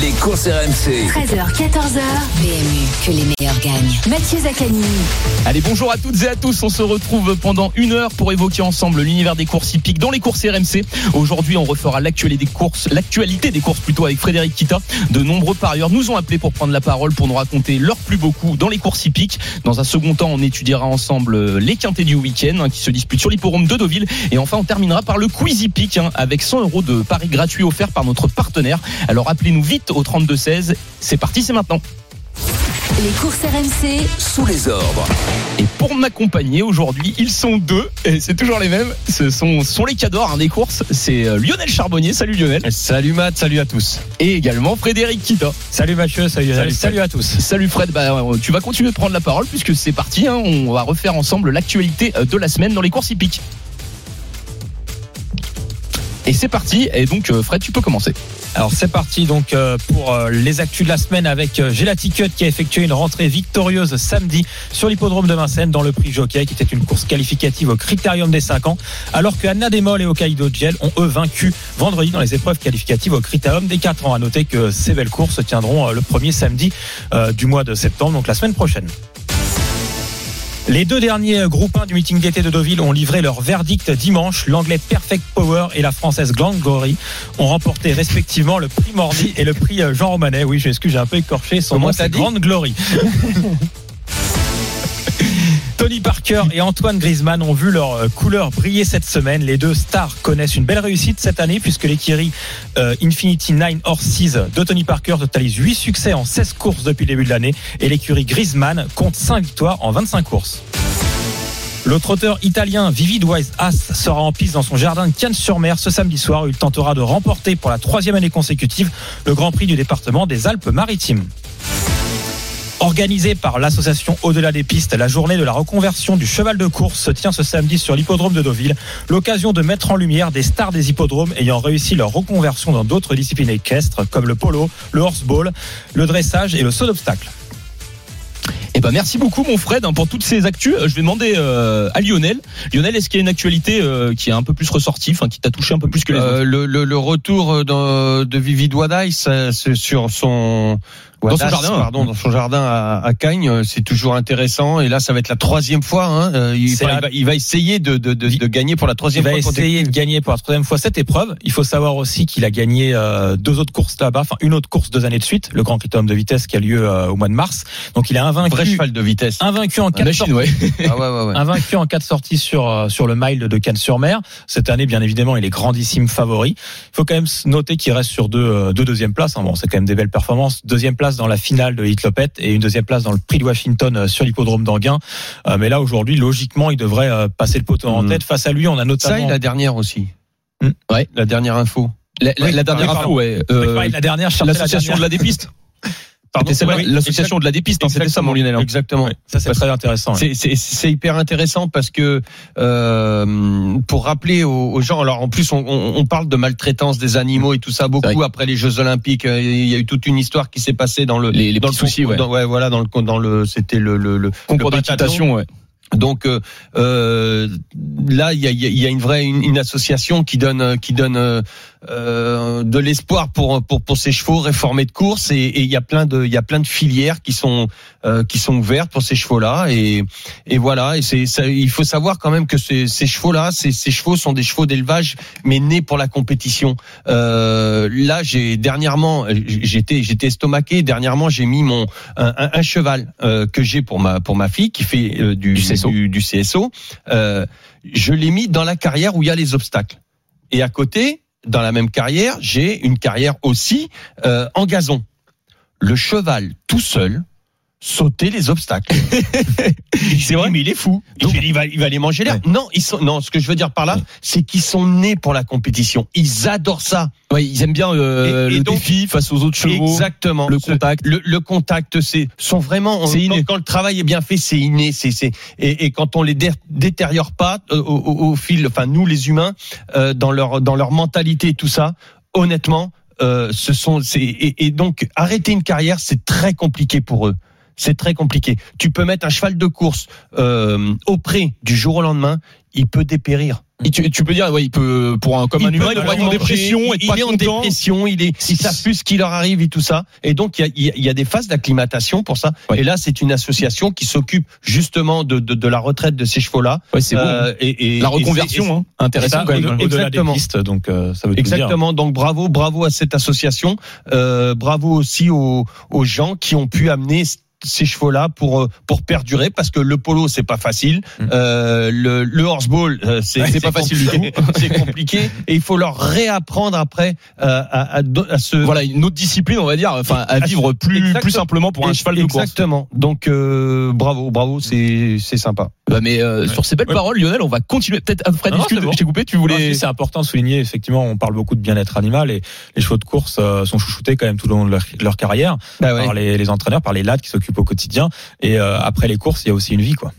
Les courses RMC. 13h, 14h, PMU, que les meilleurs gagnent. Mathieu Zaccani. Allez, bonjour à toutes et à tous. On se retrouve pendant une heure pour évoquer ensemble l'univers des courses hippiques dans les courses RMC. Aujourd'hui, on refera l'actualité des courses, l'actualité des courses plutôt avec Frédéric Kita. De nombreux parieurs nous ont appelés pour prendre la parole, pour nous raconter leurs plus beaux coups dans les courses hippiques. Dans un second temps, on étudiera ensemble euh, les quintés du week-end hein, qui se disputent sur l'hipporome de Deauville. Et enfin, on terminera par le quiz hippique hein, avec 100 euros de paris gratuits offerts par notre partenaire. Alors appelez-nous vite au 3216. C'est parti, c'est maintenant. Les courses RMC, Sous les ordres. Et pour m'accompagner aujourd'hui, ils sont deux, et c'est toujours les mêmes. Ce sont, ce sont les cadors hein, des courses. C'est euh, Lionel Charbonnier, salut Lionel. Salut Matt, salut à tous. Et également Frédéric Kita. Salut Mathieu, salut Salut, Salut, salut à tous. Salut Fred, bah, euh, tu vas continuer de prendre la parole puisque c'est parti. hein. on va refaire ensemble l'actualité euh, de la semaine dans les courses hippiques. Et c'est parti. Et donc, euh, Fred, tu peux commencer. Alors c'est parti donc euh, pour euh, les actus de la semaine avec euh, Gelati Cut qui a effectué une rentrée victorieuse samedi sur l'hippodrome de Vincennes dans le prix Jockey qui était une course qualificative au critérium des 5 ans alors que Anna Demol et Hokkaido Gel ont eux vaincu vendredi dans les épreuves qualificatives au critérium des 4 ans. À noter que ces belles courses se tiendront euh, le premier samedi euh, du mois de septembre donc la semaine prochaine. Les deux derniers groupes 1 du meeting d'été de Deauville ont livré leur verdict dimanche. L'anglais Perfect Power et la française Glory ont remporté respectivement le prix Mordi et le prix Jean Romanet. Oui, je m'excuse, j'ai un peu écorché son Comment nom, t'as c'est dit Grande Glory. Tony Parker et Antoine Griezmann ont vu leur euh, couleur briller cette semaine. Les deux stars connaissent une belle réussite cette année puisque l'écurie euh, Infinity 9 Horses de Tony Parker totalise 8 succès en 16 courses depuis le début de l'année et l'écurie Griezmann compte 5 victoires en 25 courses. Le trotteur italien Vivid Wise As sera en piste dans son jardin de Cannes-sur-Mer ce samedi soir où il tentera de remporter pour la troisième année consécutive le Grand Prix du département des Alpes-Maritimes. Organisée par l'association Au-delà des pistes, la journée de la reconversion du cheval de course se tient ce samedi sur l'hippodrome de Deauville. L'occasion de mettre en lumière des stars des hippodromes ayant réussi leur reconversion dans d'autres disciplines équestres comme le polo, le horseball, le dressage et le saut d'obstacle. Eh ben, merci beaucoup, mon Fred, hein, pour toutes ces actus. Euh, Je vais demander euh, à Lionel. Lionel, est-ce qu'il y a une actualité euh, qui est un peu plus ressortie, enfin, qui t'a touché un peu plus que les autres Euh, le, le, le retour de, de Vivi Douadaï ça, c'est sur son son Wadas, jardin. pardon, dans son jardin à, à Cagnes, euh, c'est toujours intéressant. Et là, ça va être la troisième fois. hein, euh, Il, C'est enfin, il la- va, il va essayer de, de, de, de gagner pour la Il troisième va fois. contre- essayer de gagner pour la troisième fois cette épreuve. Il faut savoir aussi qu'il a gagné euh, deux autres courses là-bas, enfin une autre course deux années de suite, le Grand Critérium de vitesse qui a lieu euh, au mois de mars. Donc il est Vrai invaincu, cheval de vitesse. invaincu en quatre Machine, ouais. Ah ouais, ouais, ouais. Invaincu en quatre sorties sur euh, sur le mile de Cannes-sur-Mer. Cette année, bien évidemment, il est grandissime favori. Il faut quand même se noter qu'il reste sur deux, euh, deux deuxièmes places. hein. Bon, c'est quand même des belles performances. Deuxième place dans la finale de Hitlopet et une deuxième place dans le Prix de Washington euh, sur l'hippodrome d'Anguin. Euh, mais là, aujourd'hui, logiquement, il devrait euh, passer le poteau en Mhm. tête. Face à lui, on a Ça notamment et la dernière aussi. Hmm. Ouais. La dernière info. La, la- Oui, la dernière oui, info, pardon. ouais. Je Euh, crois que la dernière, je cherchais la L'association de dernière. la dépiste. Pardon, C'était celle-là, ouais, oui, L'association de la dépiste, hein, c'était ça, mon Lionel. hein. Exactement. Ça, c'est très intéressant. ouais. C'est- C'est c'est hyper intéressant parce que euh, pour rappeler aux, aux gens, alors en plus on, on- on parle de maltraitance des animaux et tout ça beaucoup après les Jeux Olympiques, euh, il y a eu toute une histoire qui s'est passée dans le Les- les dans le petits soucis, concours- ouais. dans- voilà, dans le dans le c'était le, le, le Concours le pentathlon. d'équitation, ouais. Donc euh, euh, là, il y a, il y a- il y a une vraie une, une association qui donne euh, qui donne euh, euh, de l'espoir pour pour pour ces chevaux réformés de course et et il y a plein de il y a plein de filières qui sont euh, qui sont ouvertes pour ces chevaux là et et voilà et c'est ça, il faut savoir quand même que ces, ces chevaux là ces, ces chevaux sont des chevaux d'élevage mais nés pour la compétition. Euh, là, j'ai dernièrement j'étais j'étais estomaqué dernièrement j'ai mis mon un, un- un cheval euh, que j'ai pour ma pour ma fille qui fait euh, du, Du CSO. du, du CSO, euh, je l'ai mis dans la carrière où il y a les obstacles. Et à côté, dans la même carrière, j'ai une carrière aussi euh, en gazon. Le cheval tout seul sauter les obstacles. C'est vrai, mais il est fou. Donc- il, va, il va les manger l'air. Ouais. Non, ils sont. Non, ce que je veux dire par là, c'est qu'ils sont nés pour la compétition. Ils adorent ça. Ouais, ils aiment bien euh, Et- et le donc- défi face aux autres chevaux. Exactement. le Ce- contact. le, le contact, c'est sont vraiment C'est inné. Quand, quand le travail est bien fait, c'est inné, c'est c'est et, et quand on les dé- détériore pas euh, au, au- au fil, enfin nous les humains euh, dans leur dans leur mentalité et tout ça, honnêtement, euh, ce sont c'est et, et donc arrêter une carrière, c'est très compliqué pour eux. c'est très compliqué. Tu peux mettre un cheval de course euh, auprès du jour au lendemain, il peut dépérir. Et tu, tu peux dire, ouais, il peut, Euh, pour un, comme un peut humain, il peut être en malheureusement dépression, manger, être pas il est en content. dépression, il est, il savent plus ce qui leur arrive et tout ça. Et donc, il y a, il y a- il y a des phases d'acclimatation pour ça. Ouais. Et là, c'est une association qui s'occupe justement de, de, de la retraite de ces chevaux-là. Ouais, c'est bon. Euh, et, et- La et c'est- reconversion, hein. Intéressant Ça, quand même. au- Au-delà des Exactement. pistes, donc euh, ça veut tout dire. Exactement. Donc bravo, bravo à cette association. Euh, bravo aussi aux, aux gens qui ont pu amener c- ces chevaux-là pour euh, pour perdurer parce que le polo c'est pas facile, Mm. Euh, le, le horseball euh, c'est Ouais, c'est pas facile du compliqué. c'est compliqué et il faut leur réapprendre après euh, à, à, do- à se Voilà, une autre discipline, on va dire, enfin, à vivre plus, Exactement. plus simplement pour un cheval de course. Exactement. Donc euh, bravo, bravo, c'est c'est sympa. Bah, mais euh, sur ces belles Ouais. paroles, Lionel, on va continuer. Peut-être, Fred, Non, non, discute, c'est bon. je t'ai coupé, tu Non, voulais. si, c'est important de souligner, effectivement, on parle beaucoup de bien-être animal et les chevaux de course euh, sont chouchoutés quand même tout au long de leur, leur carrière Bah ouais. par les, les entraîneurs, par les lads qui s'occupent au quotidien. Et euh, après les courses, il y a aussi une vie, quoi.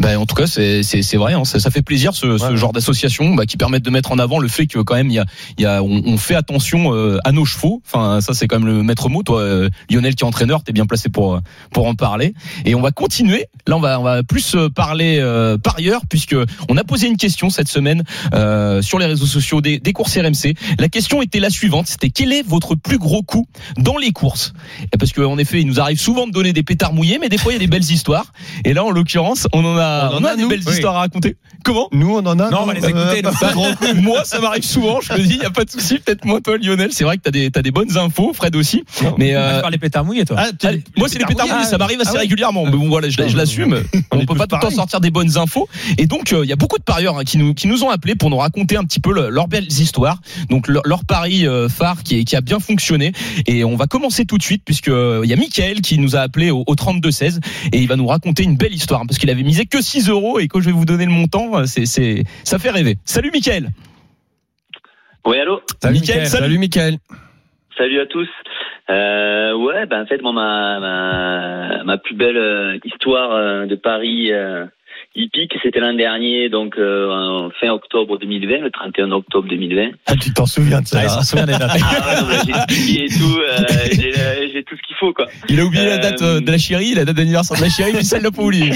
Bah, en tout cas, c'est c'est c'est vrai. Hein, ça, ça fait plaisir ce, ce Ouais. genre d'association bah, qui permettent de mettre en avant le fait que quand même il y a, il y a on, on fait attention euh, à nos chevaux. Enfin, ça c'est quand même le maître mot. Toi, euh, Lionel qui est entraîneur, t'es bien placé pour euh, pour en parler. Et on va continuer. Là, on va on va plus euh, parler euh, par ailleurs puisque on a posé une question cette semaine euh, sur les réseaux sociaux des, des courses RMC. La question était la suivante. C'était quel est votre plus gros coup dans les courses Et Parce que en effet, il nous arrive souvent de donner des pétards mouillés, mais des fois il y a des belles histoires. Et là, en l'occurrence, on en a, On on en a, a, des nous. belles Oui. histoires à raconter. Comment Nous euh, on en a. Non, on va les écouter, nous. pas grand- Moi, ça m'arrive souvent. Je me dis, il y a pas de souci. Peut-être moi, toi, Lionel, c'est vrai que t'as des, t'as des bonnes infos, Fred aussi. Non. Mais euh, Ah, tu parles des pétards mouillés, toi. Ah, t'es- allez, moi, c'est les pétards mouillés, ça m'arrive assez Ah ouais. régulièrement. Mais bon, voilà, je, je l'assume. On On, est peut tous pas tout le temps pareils. sortir des bonnes infos. Et donc, euh, il y a beaucoup de parieurs hein, qui nous qui nous ont appelés pour nous raconter un petit peu le- leurs belles histoires. Donc leur, leur pari euh, phare qui est- qui a bien fonctionné. Et on va commencer tout de suite puisque euh, il y a Michael qui nous a appelé au, au 32 16 et il va nous raconter une belle histoire hein, parce qu'il avait misé que 6 euros et que je vais vous donner le montant. euh, C'est c'est ça fait rêver. Salut Michael. Oui, allô Salut, Michael, Mickaël. salut. Salut Michael. Salut à tous. Euh, ouais, ben en fait, moi, ma, ma, ma plus belle euh, histoire euh, de Paris euh, hippique, c'était l'an dernier, donc euh, en fin octobre 2020, le 31 octobre 2020. Ah, tu t'en souviens de Ah, il s'en souvient des dates. hein Ah ouais, non, mais j'ai tout oublié et tout, euh, j'ai, euh, j'ai tout ce qu'il faut, quoi. Il a oublié la Euh, date euh, de la chérie, la date d'anniversaire de la chérie, puis celle-là Ah, pas oubliée.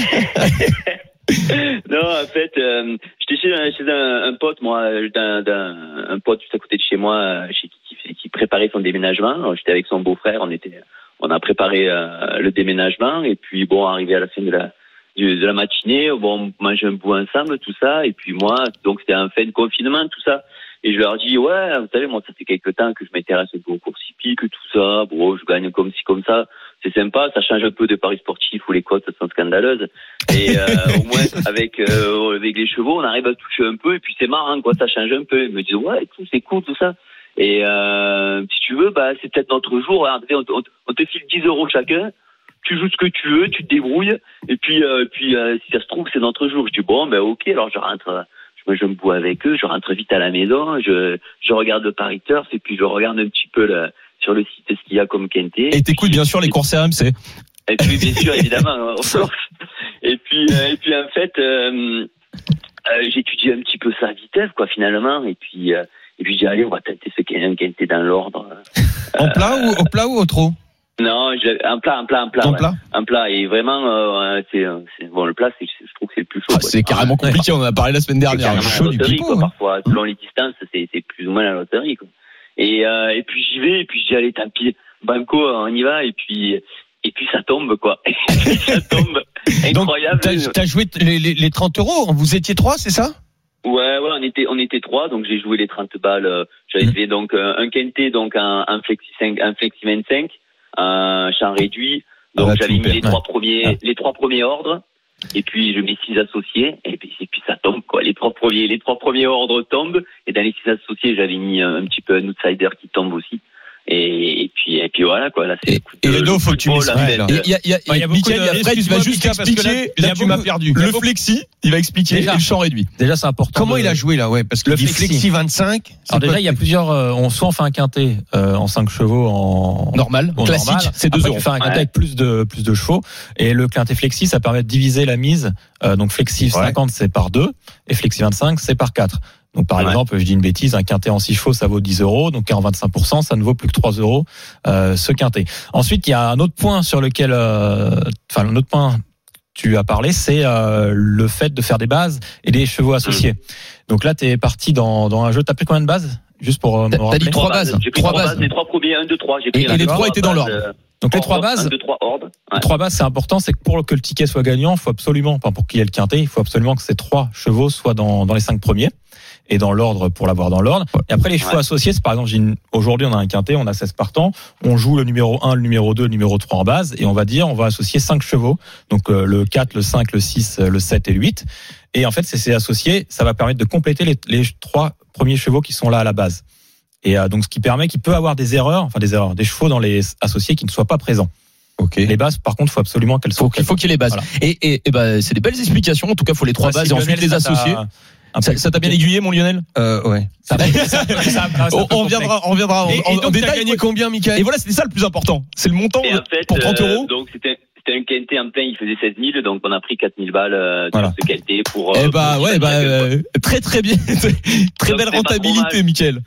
Non, en fait, euh, j'étais chez, un, chez un, un pote, moi, euh, d'un, d'un- un pote juste à côté de chez moi, euh, chez, qui, qui- qui préparait son déménagement. Alors, J'étais avec son beau-frère, on était, on a préparé euh, le déménagement, et puis bon, arrivé à la fin de la du- de la matinée, bon, on mangeait un bout ensemble, tout ça, et puis moi, donc c'était un fin de confinement, tout ça. Et je leur dis, ouais, vous savez, moi, ça fait quelques temps que je m'intéresse un peu aux courses hippiques, tout ça, bon, je gagne comme ci, comme ça, c'est sympa, ça change un peu de paris sportifs où les cotes sont scandaleuses. Et euh, au moins, avec, euh, avec les chevaux, on arrive à toucher un peu, et puis c'est marrant, quoi, ça change un peu. Ils me disent, ouais, et tout, c'est cool, tout ça. Et euh, si tu veux, bah, c'est peut-être notre jour. hein. On, te- on te- on te file 10 euros chacun. Tu joues ce que tu veux, tu te débrouilles. Et puis, euh, et puis euh, si ça se trouve, c'est notre jour. Je dis, bon, ben ok, alors je rentre. Je, me- je me bois avec eux, je rentre vite à la maison, je, je regarde le Paris Turf et puis je regarde un petit peu le- sur le site ce qu'il y a comme quintet. Et t'écoutes bien sûr les courses RMC. Et puis bien sûr, évidemment. hein, on sort. Et puis, euh, et puis en fait, euh, euh, j'étudie un petit peu sa vitesse, quoi, finalement. Et puis, euh, et puis j'ai allez, on va tenter ce qu'un quintet dans l'ordre. En plat ou au plat ou au trot Non, je l'avais- un plat, un plat, un plat, En ouais. plat. un plat. Et vraiment, euh, ouais, c'est, c'est- bon, le plat, c'est, je trouve que c'est le plus chaud. Ah, quoi. c'est carrément ouais. compliqué, on en a parlé la semaine C'est dernière. carrément la Chaud du loterie, pipeau, quoi, hein. parfois. Selon les distances, c'est, c'est plus ou moins la loterie, quoi. Et, euh, et puis j'y vais, et puis je dis, allez, tant pis, banco, on y va, et puis, et puis ça tombe, quoi. ça tombe. Donc, Incroyable. t'as t'as joué t- les, les, les 30 euros. Vous étiez trois, c'est ça Ouais, ouais, on était, on était trois, donc j'ai joué les 30 balles. euh, J'avais fait donc euh, un quintet, donc un, un flexi 5, un flexi 25, un champ réduit. Donc Ah, bah, tu j'avais me mis les perds. trois premiers, Ah. les trois premiers ordres. Et puis je mets six associés, et puis, et puis ça tombe quoi. Les trois premiers, les trois premiers ordres tombent, et dans les six associés, j'avais mis euh, un petit peu un outsider qui tombe aussi. Et, et puis, et puis voilà quoi. Là, c'est Et- coup et de- le dos, le faut que tu football, mets la ça, fête. là. Il y a, il y a, Ouais, Bah, il y a beaucoup Mickaël, de- il y a Fred, il va excuse-moi, juste Mickaël, parce que expliquer. là, Là, il y a tu m'as beaucoup- perdu. il y a Le beaucoup- flexi, il va expliquer. Déjà. Et le champ réduit. Déjà, c'est important. Comment de- il a joué là Ouais, parce que Le le dit flexi. flexi 25. c'est Alors pas- déjà, il y a plusieurs. euh, on soit on fait un quintet euh, en 5 chevaux en Normal, Bon, classique, normal. c'est 2 Après, euros. Tu fais un quintet Ouais. avec plus de plus de chevaux et le quintet flexi, ça permet de diviser la mise. Euh, donc flexi Ouais. 50 c'est par 2 et flexi 25 c'est par 4. Donc par Ouais. exemple, je dis une bêtise, un quintet en 6 chevaux, ça vaut 10 euros, donc en 25%, ça ne vaut plus que 3 euros euh, ce quintet. Ensuite, il y a un autre point sur lequel, euh, enfin un autre point tu as parlé, c'est euh, le fait de faire des bases et des chevaux associés. Mmh. Donc là, tu es parti dans, dans un jeu. T'as pris combien de bases Juste pour euh, me T'as- t'as dit rappeler. trois bases, J'ai pris trois trois bases. bases. Les trois premiers, un, deux, trois. J'ai Et- pris et la les trois base, étaient dans l'ordre. euh, Donc les hors trois ordre, bases, Un, deux, trois ordres. les trois bases, c'est important, c'est que pour que le ticket soit gagnant, il faut absolument, enfin pour qu'il y ait le quintet, il faut absolument que ces trois chevaux soient dans, dans les cinq premiers et dans l'ordre pour l'avoir dans l'ordre. Et après les chevaux Ouais. associés, c'est par exemple, j'ai une- aujourd'hui on a un quintet, on a 16 partants, on joue le numéro 1, le numéro 2, le numéro 3 en base et on va dire on va associer cinq chevaux, donc euh, le 4, le 5, le 6, euh, le 7 et le 8. Et en fait, c'est ces associés, ça va permettre de compléter les, les trois premiers chevaux qui sont là à la base. Et euh, donc ce qui permet qu'il peut avoir des erreurs, enfin des erreurs, des chevaux dans les associés qui ne soient pas présents. Ok. Les bases, par contre, faut absolument qu'elles soient. Faut qu'il faut qu'il y ait les bases. Voilà. Et, et, et ben, c'est des belles explications. En tout cas, faut les trois Ça, bases si et ensuite Lionel, les ça t'a- associer. un peu Ça ça t'a bien aiguillé, mon Lionel Euh, ouais. On on reviendra, on reviendra en, Et- et en- en donc, t'as détail. gagné combien, Michael Et voilà, c'était ça le plus important. C'est le montant Et en fait, pour 30 euh, euros. donc c'était c'était un quintet en plein, il faisait 16 000, donc on a pris 4 000 balles euh, Voilà. sur ce quintet pour. Eh euh, bah pour- ouais, bah euh, très très bien, très Donc, belle c'est pas trop rentabilité, mal. Michael.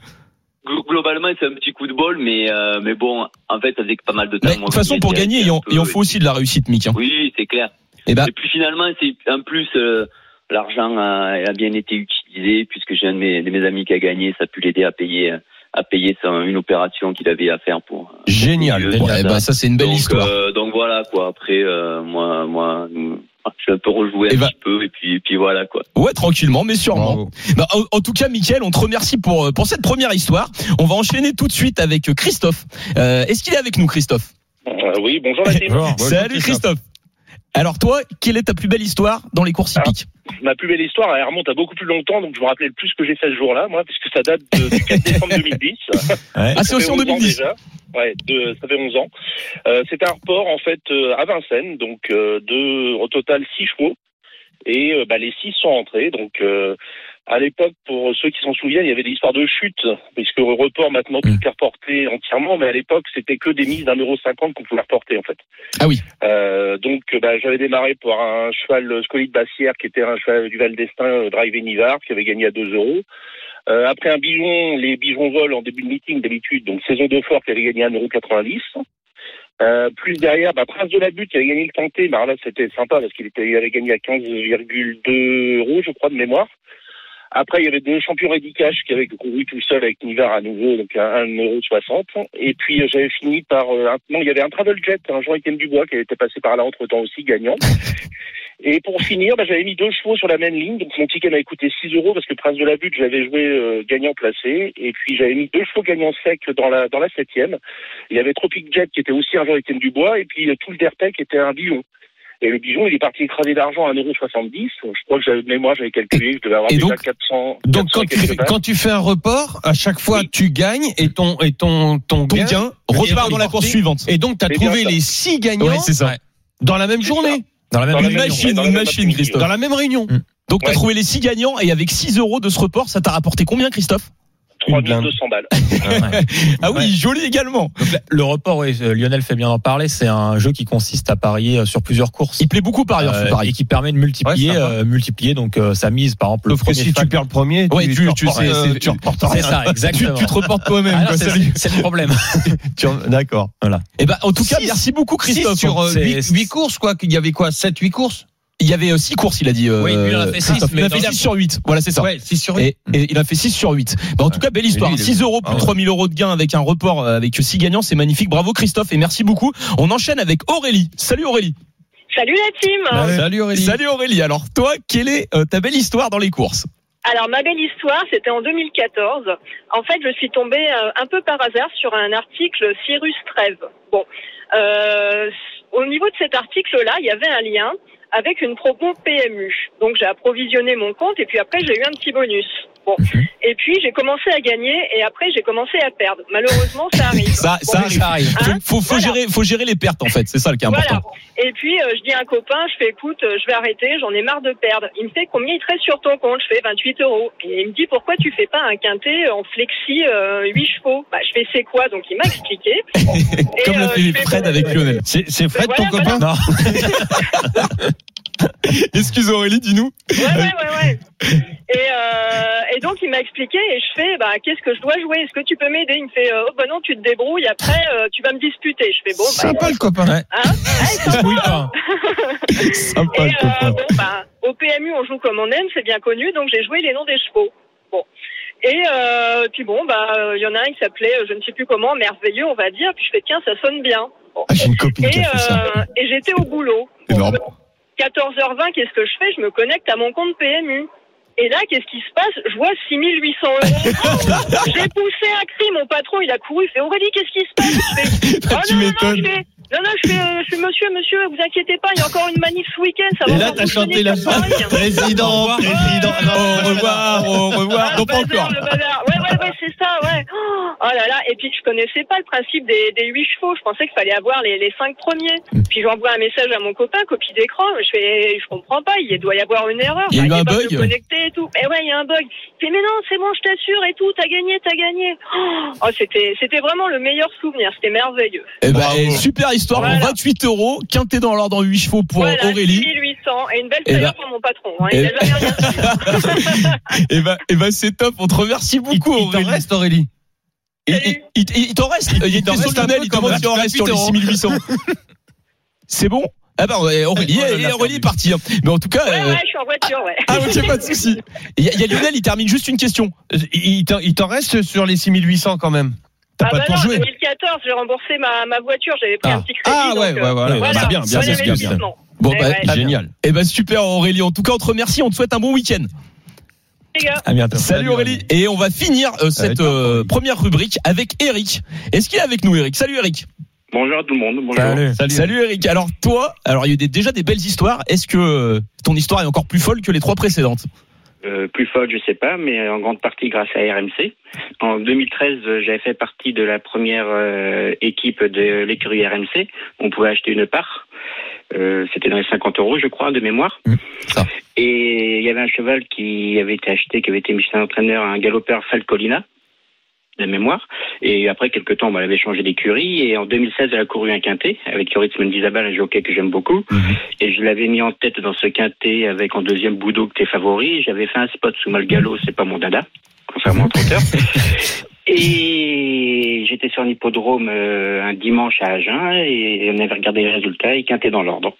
Glo- Globalement, c'est un petit coup de bol, mais euh, mais bon, en fait, ça faisait que pas mal de temps. Mais de moi, toute façon, je pour gagnais, gagner, c'est il un en, peu- il en faut aussi de la réussite, Mick. hein. Oui, c'est clair. Eh ben, Et puis finalement, c'est en plus euh, l'argent a, a bien été utilisé puisque j'ai un de mes, de mes amis qui a gagné, ça a pu l'aider à payer euh, à payer son- une opération qu'il avait à faire pour. Génial. Génial. Ouais, ouais, bah, ça c'est une belle donc, histoire. euh, donc voilà quoi. Après, euh, moi, moi, je suis un peu rejoué un Eh ben- petit peu et puis et puis voilà quoi. Ouais, tranquillement, mais sûrement. Bravo. Bah, en, en tout cas, Michael, on te remercie pour euh, pour cette première histoire. On va enchaîner tout de suite avec Christophe. Euh, Est-ce qu'il est avec nous, Christophe Euh, oui, bonjour la team. Salut, Christophe. Alors toi, quelle est ta plus belle histoire dans les courses hippiques Ma plus belle histoire, elle remonte à beaucoup plus longtemps, donc je me rappelais le plus que j'ai fait ce jour-là, moi, puisque ça date de- du 4 décembre 2010. Ah, c'est Ça aussi fait en 11 ans 2010. déjà. Ouais, de- ça fait 11 ans. Euh, C'était un report, en fait, euh, à Vincennes, donc euh, de, au total 6 chevaux. Et euh, bah, les 6 sont entrés. Donc, euh, à l'époque, pour ceux qui s'en souviennent, il y avait des histoires de chute, puisque le report, maintenant, tout est reporté entièrement. Mais à l'époque, c'était que des mises d'un euro cinquante qu'on pouvait reporter, en fait. Ah oui. Euh, donc, euh, bah, j'avais démarré pour un cheval euh, Scoli de Bassière, qui était un cheval du Val d'Estaing, euh, Drive et Nivard, qui avait gagné à 2 euros. Euh, après un bijon, les bijons volent en début de meeting d'habitude, donc saison de fort qui avait gagné 1,90€. Euh, plus derrière, bah, Prince de la Butte qui avait gagné le tenté, bah, là c'était sympa parce qu'il était, il avait gagné à 15,2 euros, je crois, de mémoire. Après, il y avait deux champions Redicash qui avaient couru tout seul avec Nivard à nouveau, donc à 1,60€. Et puis, euh, j'avais fini par... euh, un- non, il y avait un Travel Jet, un Jean-Étienne Dubois qui était passé par là entre-temps aussi, gagnant. Et pour finir, bah, j'avais mis deux chevaux sur la même ligne. Donc mon ticket m'a coûté 6 euros parce que Prince de la Butte, j'avais joué euh, gagnant placé. Et puis j'avais mis deux chevaux gagnants secs dans la dans la septième. Il y avait Tropic Jet qui était aussi un Jean-Étienne Dubois. Et puis euh, tout le Derpec qui était un Bijon. Et le Bijon, il est parti écraser d'argent à 1,70€. Je crois que j'avais de mémoire, j'avais calculé, je devais avoir Et déjà donc- 400. 400 Donc quand et tu, quelques balles. quand tu fais un report, à chaque fois Oui. tu gagnes et ton et ton ton, Ton gain- gain Et repart dans la reporté. course suivante. Et donc tu as C'est bien trouvé ça. les six gagnants Ouais, c'est ça. dans la même C'est journée, Dans la même Dans la Une même réunion. machine, dans la une même machine, après-midi. Christophe. dans la même réunion. Donc t'as Ouais. trouvé les 6 gagnants et avec 6 euros de ce report, ça t'a rapporté combien, Christophe une blinde. 3200 balles. Ouais. Ah oui, Ouais. joli également. Donc, là, le report, oui, euh, Lionel fait bien d'en parler. C'est un jeu qui consiste à parier euh, sur plusieurs courses. Il plaît beaucoup par ailleurs, euh, ce pari. et qui permet de multiplier, Ouais, sympa. euh, multiplier donc euh, sa mise par exemple. Sauf que le si tu premier perds le premier, Ouais, tu, tu- tu, tu- reportes, c'est- euh, c'est- tu reportes fact- rien. c'est ça, exactement. Tu te reportes toi-même. Ah, non, quoi, c'est- sérieux. c'est le problème. Tu re- D'accord. Eh ben, en tout cas, Six- merci beaucoup, Christophe. Six sur c'est- 8, courses quoi, qu'il y avait quoi 7 8 courses Il y avait 6 courses, il a dit. euh, Oui, lui, il en a fait six, Christophe. mais il a dans fait la- 6 sur 8. Voilà, c'est ça. Ouais, 6 sur 8. Et, et il a fait 6 sur 8. Bah, en tout cas, belle histoire. lui, il est- 6 euros plus Ah ouais. 3000 euros de gain avec un report euh, avec 6 gagnants, c'est magnifique. Bravo Christophe et merci beaucoup. On enchaîne avec Aurélie. Salut Aurélie. Salut la team Salut Aurélie. Bah Salut Aurélie. Alors toi, quelle est euh, ta belle histoire dans les courses Alors ma belle histoire, c'était en 2014. En fait, je suis tombée euh, un peu par hasard sur un article Cyrus Trève. Bon, euh, au niveau de cet article-là, il y avait un lien avec une promo PMU. Donc j'ai approvisionné mon compte et puis après j'ai eu un petit bonus. Bon, Mhm. et puis j'ai commencé à gagner et après j'ai commencé à perdre. Malheureusement, ça arrive. Ça, ça Bon, arrive. Faut, Hein faut, faut Voilà. gérer, faut gérer les pertes en fait. C'est ça le qui est important. Voilà. Et puis, euh, je dis à un copain, je fais, écoute, euh, je vais arrêter, j'en ai marre de perdre. Il me fait, combien il te reste sur ton compte Je fais 28 euros. Et il me dit, pourquoi tu fais pas un quintet en flexi euh, 8 chevaux Bah, je fais, c'est quoi Donc, il m'a expliqué. Et, Comme l'a euh, fait je fais, Fred bon, avec Lionel. C'est c'est Fred Ben ton voilà, copain Excuse Aurélie, dis-nous. Ouais, ouais, ouais, ouais. Et, euh, et donc, il m'a expliqué et je fais, bah, qu'est-ce que je dois jouer Est-ce que tu peux m'aider Il me fait, euh, oh, bah non, tu te débrouilles, après, euh, tu vas me disputer. Je fais, bon, bah, Sympa le copain. hein Ouais, Oui, pas. Sympa Et le euh, copain. bon, bah, au PMU, on joue comme on aime, c'est bien connu, donc j'ai joué les noms des chevaux. Bon. Et euh, puis bon, bah, euh, il y en a un qui s'appelait, euh, je ne sais plus comment, merveilleux, on va dire. Puis je fais, tiens, ça sonne bien. Bon. Ah, j'ai une copine qui Et, a fait ça. ben, euh, et j'étais au boulot. bah, Énorme. 14h20, qu'est-ce que je fais Je me connecte à mon compte PMU. Et là, qu'est-ce qui se passe Je vois 6800 euros. Ah, J'ai poussé un cri, mon patron, il a couru, il fait Aurélie, qu'est-ce qui se passe Je fais, Oh, Tu non, non, non, m'étonnes. je fais, non, non, je fais, euh, je fais, monsieur, monsieur, vous inquiétez pas, il y a encore une manif ce week-end, ça va Et là, encore t'as fonctionner chanté la comme phrase. pareil. Président, président. Au revoir, au revoir. Ah, le Non, pas bazar, encore. le bazar. Ouais, ouais, ouais, c'est ça, ouais. Oh là là, et puis je connaissais pas le principe des, des 8 chevaux. Je pensais qu'il fallait avoir les, les 5 premiers. Mm. Puis j'envoie un message à mon copain, copie d'écran. Je fais, je comprends pas, il doit y avoir une erreur. Il y a eu Bah, un pas bug. de me connecter et tout. Mais ouais, il y a un bug. Il fait, mais non, c'est bon, je t'assure et tout, t'as gagné, t'as gagné. Oh, c'était, c'était vraiment le meilleur souvenir. C'était merveilleux. Eh ben, Bravo. eh, super histoire Voilà. pour 28 euros. Quintet dans l'ordre en 8 chevaux pour euh, voilà, Aurélie. 1800 et une belle Eh salaire ben- pour mon patron. hein. Il Eh- a jamais rien dit. Eh ben, eh ben, c'est top. On te remercie Il, beaucoup, il t'en Aurélie. reste, Aurélie. Il, il- il- il t'en reste. Il, t'en était reste sur un le tunnel, peu il comme demande s'il en reste sur les 6800. C'est bon Ah ben, ouais, Aurélie, Eh, voilà, eh, la Aurélie est partie. hein. Mais en tout cas. Ouais, euh, ouais, je suis en voiture, ouais. Ah, ok, pas de souci. Il y, a- il y a Lionel, il termine juste une question. Euh, Il t'en- il t'en reste sur les 6800 quand même. T'as Ah pas bah de temps non, joué. 2014, j'ai remboursé ma, ma voiture, j'avais pris Ah. un petit crédit. Ah ouais, donc, ouais, euh, voilà. voilà. Bah, bien, bien, Bon bien, bien, bien. investissement. Bon, Eh bah, ouais. Génial. Eh ben, super, Aurélie. En tout cas, on te remercie. On te souhaite un bon week-end. Les gars, À bientôt. Salut Aurélie. Et on va finir euh, cette euh, première rubrique avec Eric. Est-ce qu'il est avec nous, Eric Salut, Eric. Bonjour à tout le monde. Bonjour. Salut. Salut, Eric. Alors toi, alors il y a eu des- déjà des belles histoires. Est-ce que euh, ton histoire est encore plus folle que les trois précédentes Euh, plus folle, je sais pas, mais en grande partie grâce à RMC. En 2013, euh, j'avais fait partie de la première euh, équipe de l'écurie RMC. On pouvait acheter une part. Euh, C'était dans les 50 euros, je crois, de mémoire. Mmh, ça. Et il y avait un cheval qui avait été acheté, qui avait été mis chez un entraîneur, un galopeur Falcolina, de mémoire. Et après, quelques temps, bah, elle avait changé d'écurie. Et en 2016, elle a couru un quintet avec Yoritz Mendizabal, un jockey que j'aime beaucoup. Et je l'avais mis en tête dans ce quintet avec en deuxième Boudot que t'es favori. J'avais fait un spot sous Malgalo, c'est pas mon dada, contrairement à trotteur. Et j'étais sur un hippodrome euh, un dimanche à Agen et on avait regardé les résultats et quintet dans l'ordre.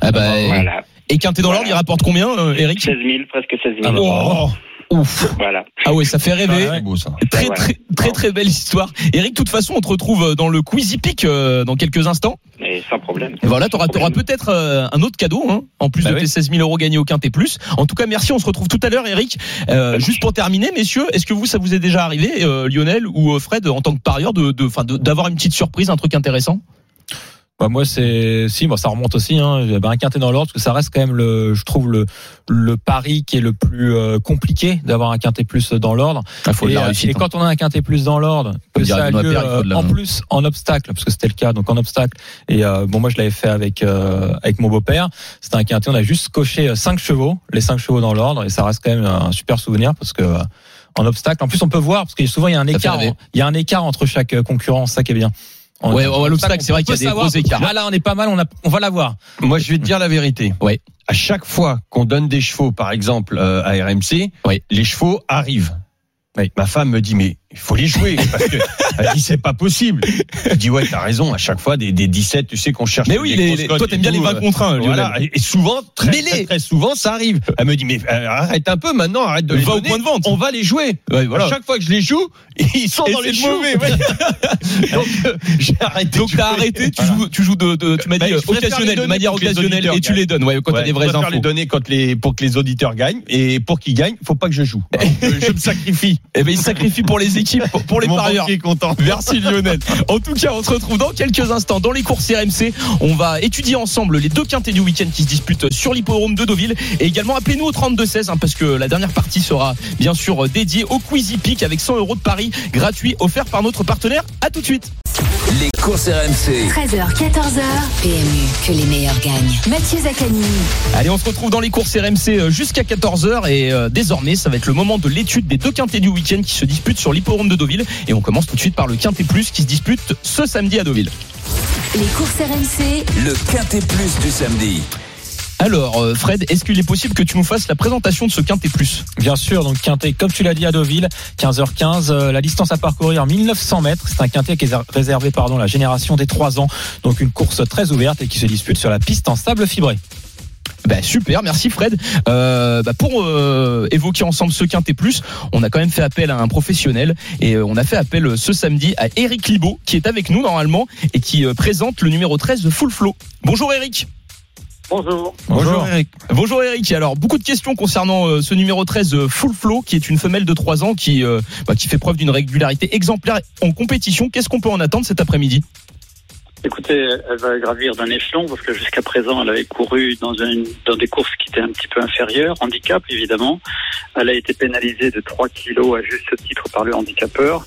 Ah bah, Voilà, Et quintet dans l'ordre, il rapporte combien, euh, Eric 16 000, presque 16 000. Oh, Ouf. Voilà. Ah ouais, ça fait rêver. C'est beau hein. ça. Très, Ouais. très très très belle histoire. Eric, de toute façon, on te retrouve dans le quiz hippique euh, dans quelques instants. Et sans problème. Voilà, t'auras Sans auras problème. peut-être euh, un autre cadeau, hein, en plus Bah de oui. tes 16 000 euros gagnés au quintet plus. En tout cas, merci. On se retrouve tout à l'heure, Eric. Euh, juste pour terminer, messieurs, est-ce que vous, ça vous est déjà arrivé, euh, Lionel ou euh, Fred, en tant que parieur, de, de, 'fin, de- d'avoir une petite surprise, un truc intéressant Bah moi c'est si moi ça remonte aussi hein. J'avais un quintet dans l'ordre parce que ça reste quand même le je trouve le le pari qui est le plus euh, compliqué d'avoir un quintet plus dans l'ordre. Il et, euh, et quand on a un quintet plus dans l'ordre, que hein. Faut dire, hein. ça a il doit lieu perdre, il faut euh, de la en main. plus en obstacle parce que c'était le cas donc en obstacle et euh, bon moi je l'avais fait avec euh, avec mon beau-père, c'était un quintet on a juste coché 5 chevaux, les 5 chevaux dans l'ordre et ça reste quand même un super souvenir parce que euh, en obstacle en plus on peut voir parce que souvent il y a un fait écart rêver. il y a un écart entre chaque euh, concurrent, c'est ça qui est bien. En- Ouais, ouais, en ouais, l'obstacle, obstacle, c'est vrai on qu'il y a peut des savoir, gros écarts. Ah là, on est pas mal, on, a, on va l'avoir. Moi, je vais te dire la vérité. Ouais. À chaque fois qu'on donne des chevaux, par exemple, euh, à RMC, Ouais. les chevaux arrivent. Ouais. Ma femme me dit, mais il faut les jouer. Parce que, elle dit, c'est pas possible. Je dis, ouais, t'as raison. À chaque fois, des, des 17, tu sais qu'on cherche. Mais oui, des les- grosses les- cotes toi, et t'aimes bien tout, les 20 euh, contre 1, Lionel. Voilà. Et et souvent, très, Mets-les. très, très souvent, ça arrive. Elle me dit, mais euh, arrête un peu maintenant, arrête de les Va au donner. point de vente. On va les jouer. Ouais, voilà. À chaque fois que je les joue, ils sont Et dans c'est les le choux. mauvais, ouais. Donc, euh, j'ai arrêté. Donc de t'as jouer. arrêté, tu Voilà. joues, tu joues de, de- tu m'as Bah, dit je euh, préfère les occasionnel, de donner manière pour que les occasionnelle, auditeurs et tu les donnes, ouais, quand Ouais, t'as des je vraies préfère infos. les donner quand les, pour que les auditeurs gagnent et pour qu'ils gagnent, faut pas que je joue. Alors, je je me sacrifie. Et ben il se sacrifie pour les équipes, pour, pour les Mon parieurs. banquier est content. Merci Lionel. En tout cas, on se retrouve dans quelques instants dans les courses RMC. On va étudier ensemble les deux quintés du week-end qui se disputent sur l'hippodrome de Deauville. Et également, appelez-nous au 32-16 hein, parce que la dernière partie sera bien sûr dédiée au Quiz Peak avec 100 euros de paris gratuits offerts par notre partenaire. À tout de suite. Les courses RMC. 13h, 14h, PMU, que les meilleurs gagnent. Mathieu Zaccani. Allez, on se retrouve dans les courses RMC euh, jusqu'à 14h et euh, désormais, ça va être le moment de l'étude des deux quintés du week-end qui se disputent sur l'hippodrome de Deauville. Et on commence tout de suite par le quintet plus qui se dispute ce samedi à Deauville. Les courses RMC, Le quintet plus du samedi. Alors, euh, Fred, est-ce qu'il est possible que tu nous fasses la présentation de ce Quintet Plus Bien sûr, donc quintet, comme tu l'as dit à Deauville, 15h15, euh, la distance à parcourir 1900 mètres. C'est un quintet qui est réservé pardon, à la génération des 3 ans, donc une course très ouverte et qui se dispute sur la piste en sable fibré. Bah, super, merci Fred. Euh, bah, pour euh, évoquer ensemble ce quintet plus, on a quand même fait appel à un professionnel et euh, on a fait appel euh, ce samedi à Eric Libaud qui est avec nous normalement et qui euh, présente le numéro 13 de Full Flow. Bonjour Eric. Bonjour. Eric. Bonjour Eric. Alors beaucoup de questions concernant euh, ce numéro 13 euh, Full Flow qui est une femelle de 3 ans qui euh, bah, qui fait preuve d'une régularité exemplaire en compétition. Qu'est-ce qu'on peut en attendre cet après-midi Écoutez, elle va gravir d'un échelon parce que jusqu'à présent, elle avait couru dans, une, dans des courses qui étaient un petit peu inférieures, handicap évidemment. Elle a été pénalisée de 3 kilos à juste titre par le handicapeur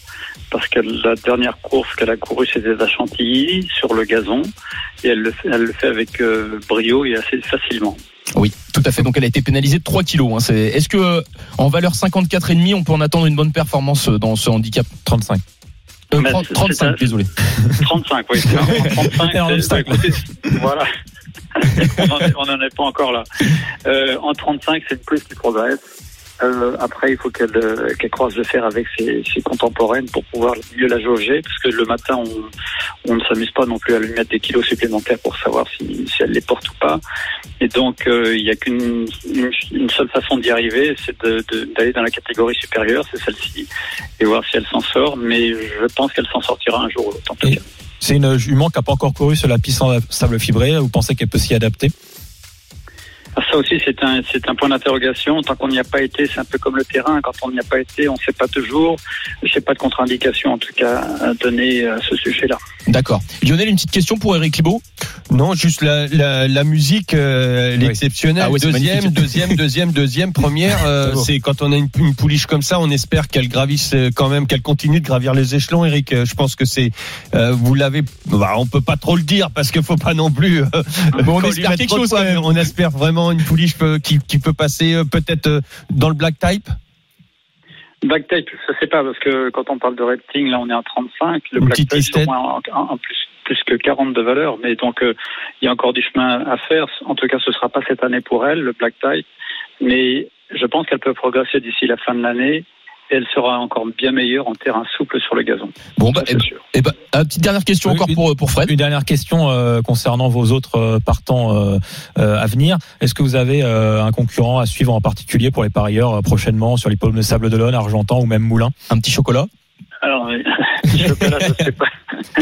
parce que la dernière course qu'elle a courue, c'était à Chantilly sur le gazon et elle le fait, elle le fait avec euh, brio et assez facilement. Oui, tout à fait. Donc elle a été pénalisée de 3 kilos. hein. C'est- Est-ce que euh, en valeur 54,5, on peut en attendre une bonne performance euh, dans ce handicap 35. Euh, Mais 30, c'est- 35, c'est- désolé. 35, oui. c'est vraiment 35, Et en c'est- obstacle. écoutez, Voilà. on n'en est- on n'en est pas encore là. Euh, en 35, c'est le plus qui progresse. Euh, après, il faut qu'elle euh, qu'elle croise le fer avec ses, ses contemporaines pour pouvoir mieux la jauger, parce que le matin, on, on ne s'amuse pas non plus à lui mettre des kilos supplémentaires pour savoir si, si elle les porte ou pas. Et donc, euh, il n'y a qu'une une, une seule façon d'y arriver, c'est de- de- d'aller dans la catégorie supérieure, c'est celle-ci, et voir si elle s'en sort. Mais je pense qu'elle s'en sortira un jour ou l'autre, en tout Et- cas. C'est une jument qui n'a pas encore couru sur la piste en sable fibré. Vous pensez qu'elle peut s'y adapter Ah, Ça aussi, c'est un, c'est un point d'interrogation. Tant qu'on n'y a pas été, c'est un peu comme le terrain. Quand on n'y a pas été, on ne sait pas toujours. Je n'ai pas de contre-indication, en tout cas, à donner euh, à ce sujet-là. D'accord. Lionel, une petite question pour Eric Libaud. Non, juste la, la, la musique, euh, elle est Oui. exceptionnelle. Ah ouais, c'est deuxième, magnifique. deuxième, deuxième, deuxième, première. euh, C'est beau. c'est quand on a une, une pouliche comme ça, on espère qu'elle gravisse euh, quand même, qu'elle continue de gravir les échelons. Eric, Euh, je pense que c'est, euh, vous l'avez, bah, on peut pas trop le dire parce qu'il faut pas non plus. euh, Bon, Ah, on qu'on lui espère mette quelque trop de chose poids, quand même. mais On espère vraiment une pouliche euh, qui, qui peut passer euh, peut-être euh, dans le black type. Black tape, je ne sais pas, parce que quand on parle de rating, là, on est en 35. Le Une black petite tape, listette. c'est au moins en, en- en plus, plus que 40 de valeur. Mais donc, euh, il y a encore du chemin à faire. En tout cas, ce ne sera pas cette année pour elle, le black tape. Mais je pense qu'elle peut progresser d'ici la fin de l'année. Et elle sera encore bien meilleure en terrain souple sur le gazon. Bon, bah, Ça, eh c'est ben- sûr. eh ben, euh, petite dernière question Oui, encore oui. pour, euh, pour Fred. Une dernière question euh, concernant vos autres euh, partants euh, euh, à venir. Est-ce que vous avez euh, un concurrent à suivre en particulier pour les parieurs euh, prochainement sur les pommes de sable de l'One, Argentan ou même Moulin Un petit chocolat. Alors, euh, je peux là, je sais pas.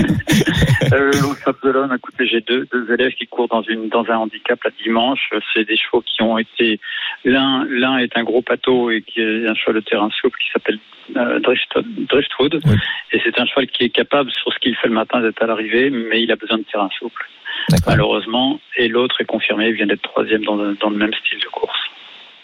euh, au Stade de l'Homme, écoutez, j'ai deux, deux élèves qui courent dans une dans un handicap la dimanche. C'est des chevaux qui ont été l'un l'un est un gros pâteau et qui est un cheval de terrain souple qui s'appelle euh, Drift, Driftwood. Oui. Et c'est un cheval qui est capable sur ce qu'il fait le matin d'être à l'arrivée, mais il a besoin de terrain souple D'accord. malheureusement. Et l'autre est confirmé, il vient d'être troisième dans, le- dans le même style de course.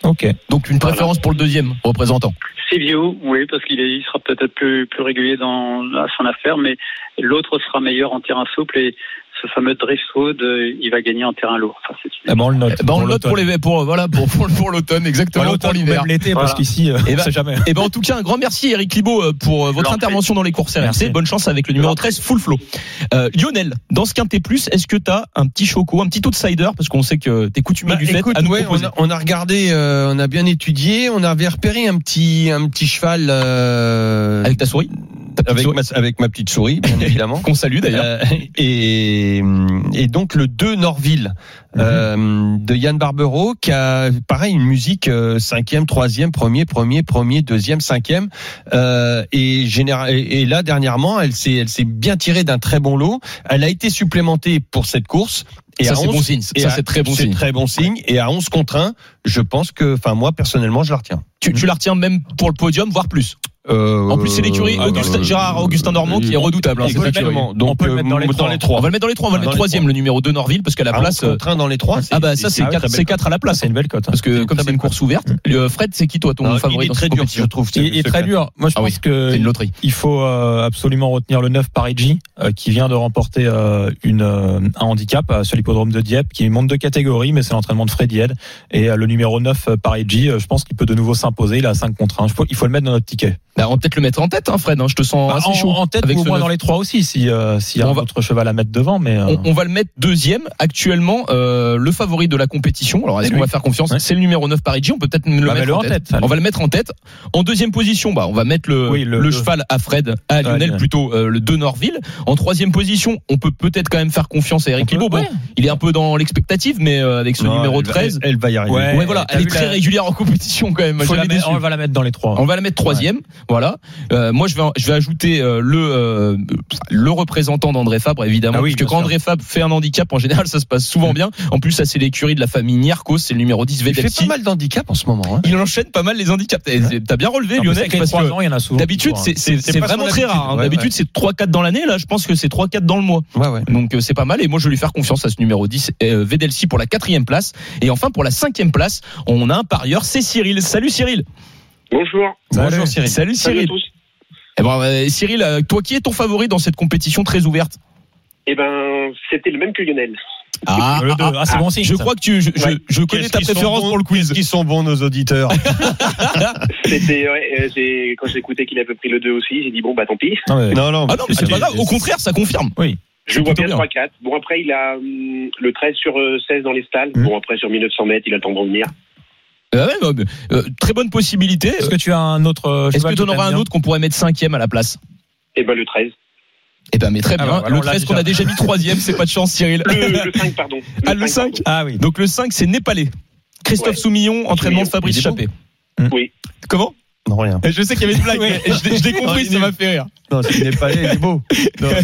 Ok. Donc une Voilà. préférence pour le deuxième représentant. Sivio, oui, parce qu'il est- il sera peut-être plus, plus régulier dans à son affaire, mais l'autre sera meilleur en terrain souple et ce fameux Driftwood, euh, il va gagner en terrain lourd. Ça, c'est une- Eh ben, on le note. Eh ben, on le note pour l'automne. les pour euh, voilà pour pour, pour l'automne Pour exactement pour, l'automne ou l'hiver. même l'été, parce Voilà. qu'ici, euh, Eh ben- on sait jamais. Et ben en tout cas un grand merci Eric Libaud euh, pour euh, votre Merci. intervention dans les courses RMC. Merci. Bonne chance avec le numéro 13 Full Flow. Euh, Lionel, dans ce quintet plus, est-ce que t'as un petit choco, un petit outsider parce qu'on sait que t'es coutumier Bah, du fait écoute, à nous ouais, on, proposer. a, on a regardé, euh, on a bien étudié, on avait repéré un petit, un petit cheval euh, avec ta souris ta petite avec, souris, ma, avec ma petite souris, bien évidemment. qu'on salue d'ailleurs. Euh, et, et donc le 2 Norville Mhm. euh, de Yann Barbero qui a pareil une musique euh, cinquième, troisième, premier, premier, premier, deuxième, cinquième euh, et, général, et et là dernièrement elle s'est elle s'est bien tirée d'un très bon lot. Elle a été supplémentée pour cette course et ça à c'est 11, bon signe. et Ça à- c'est très bon c'est signe. très bon signe. Et à 11 contre 1, je pense que, enfin, moi, personnellement, je la retiens. Euh, Tu, tu la retiens même pour le podium, voire plus. En plus, c'est l'écurie Augustin- Gérard Augustin Normand qui est redoutable, hein, On c'est peut le cette mettre- écurie. donc, On peut le mettre dans les euh, trois. On va le mettre dans les trois. On va le Dans mettre les troisième, trois. Ah, le numéro 2 Norville, parce qu'à la À 11 place. euh, contre 1 dans les trois. c'est- Ah bah ça, c'est ah ouais, quatre- très c'est belle 4 à la place. C'est une belle cote. hein. Parce que une comme très c'est une belle course ouverte, le Fred, c'est qui toi ton Non, favori il est dans très cette dur, compétition je trouve. c'est- Il est c'est- très dur. Moi, je Ah oui, pense que C'est une loterie. il faut euh, absolument retenir le 9 Parigi euh, qui vient de remporter euh, une, euh, un handicap euh, sur l'hippodrome de Dieppe qui monte de catégorie mais c'est l'entraînement de Freddy Head euh, et euh, le numéro 9 Parigi je pense qu'il peut de nouveau s'imposer il a 5 contre 1 je peux- il faut le mettre dans notre ticket Bah, on va peut-être le mettre en tête, hein, Fred. hein, je te sens Bah, assez en, chaud. en tête, avec ou au ce moins neuf. dans les trois aussi, si, euh, s'il y a On un va- autre cheval à mettre devant. Mais euh, On, on va le mettre deuxième. Actuellement, euh, le favori de la compétition. Alors, est-ce C'est qu'on lui. va faire confiance Ouais. C'est le numéro 9 Parigi. On peut peut-être le Bah, mettre mets-le en en tête. tête, allez. on va le mettre en tête. En deuxième position, bah, on va mettre le, Oui, le, le- le- cheval à Fred, à Lionel Lionel. plutôt, euh, le de Norville. En troisième position, on peut peut-être quand même faire confiance à on Eric peut- Libo. Bon, ouais. il est un peu dans l'expectative, mais euh, avec ce Non, numéro elle va- 13. elle, elle va y arriver. Ouais. Ouais, voilà, t'as elle est vu très la- régulière en compétition quand même. Faut Je la l'ai mettre- déçue. on va la mettre dans les trois. On va la mettre troisième, voilà. Euh, moi, je vais, je vais ajouter euh, le euh, le représentant d'André Fabre, évidemment, Ah oui, parce que bien quand sûr. Mm. André Fabre fait un handicap, en général, ça se passe souvent bien. En plus, ça c'est l'écurie de la famille Niarcos, c'est le numéro 10 Il fait pas Vedelsi. mal d'handicap en ce moment. Hein. Il enchaîne pas mal les handicaps. T'as t'as bien relevé, En plus, Lionel, avec les parce trois que ans, il y en a souvent. d'habitude Toujours, hein. c'est c'est- C'est c'est pas son vraiment très habitude, rare. hein. ouais, D'habitude, c'est 3-4 dans l'année. Là, je pense que c'est 3-4 dans le mois. Ouais, ouais. Donc euh, c'est pas mal et moi je lui faire confiance à ce numéro 10 euh, Vedelsi pour la quatrième place et enfin pour la cinquième place on a un parieur c'est Cyril salut Cyril Bonjour. Bonjour Cyril. salut Salut à Cyril tous. Eh ben, euh, Cyril, euh, toi qui es ton favori dans cette compétition très ouverte Eh ben, c'était le même que Lionel. Ah, Le deux. Ah, c'est bon signe. Je ça. crois que tu, je, je- Ouais. je connais Qu'est-ce ta qu'ils sont préférence bons- pour le quiz. Qui sont bons nos auditeurs. C'était ouais, euh, j'ai- quand j'ai écouté qu'il avait pris le 2 aussi, j'ai dit bon bah tant pis. Non, mais- non, non. Ah non, mais c'est Ah, pas tu- grave, au contraire, ça confirme. Je vois plutôt bien bien. 3-4. Bon après il a hum, le 13 sur euh, 16 dans les stalles. Mmh. Bon après sur 1900 mètres, il attend de revenir. Ah ouais, bah, mais, euh, très bonne possibilité. Est-ce que tu as un autre euh, Est-ce cheval que tu en t'aimes auras un bien autre qu'on pourrait mettre cinquième à la place Eh ben le 13. Eh ben, mais très Ah bien. bah, voilà, le on l'a 13 qu'on déjà. a déjà mis troisième, c'est pas de chance, Cyril. Le, le 5 pardon. Ah, le 5 pardon. Ah oui. Donc le 5, c'est Népalais. Ouais. Christophe Soumillon, entraînement de Soumillon, Fabrice il est bon. Chappé. Oui. Comment Eh, Non, rien. Je sais qu'il y avait une blague, Oui. mais je l'ai- je l'ai compris, ça m'a fait rire. Non, ce n'est pas il est beau. Non, ouais.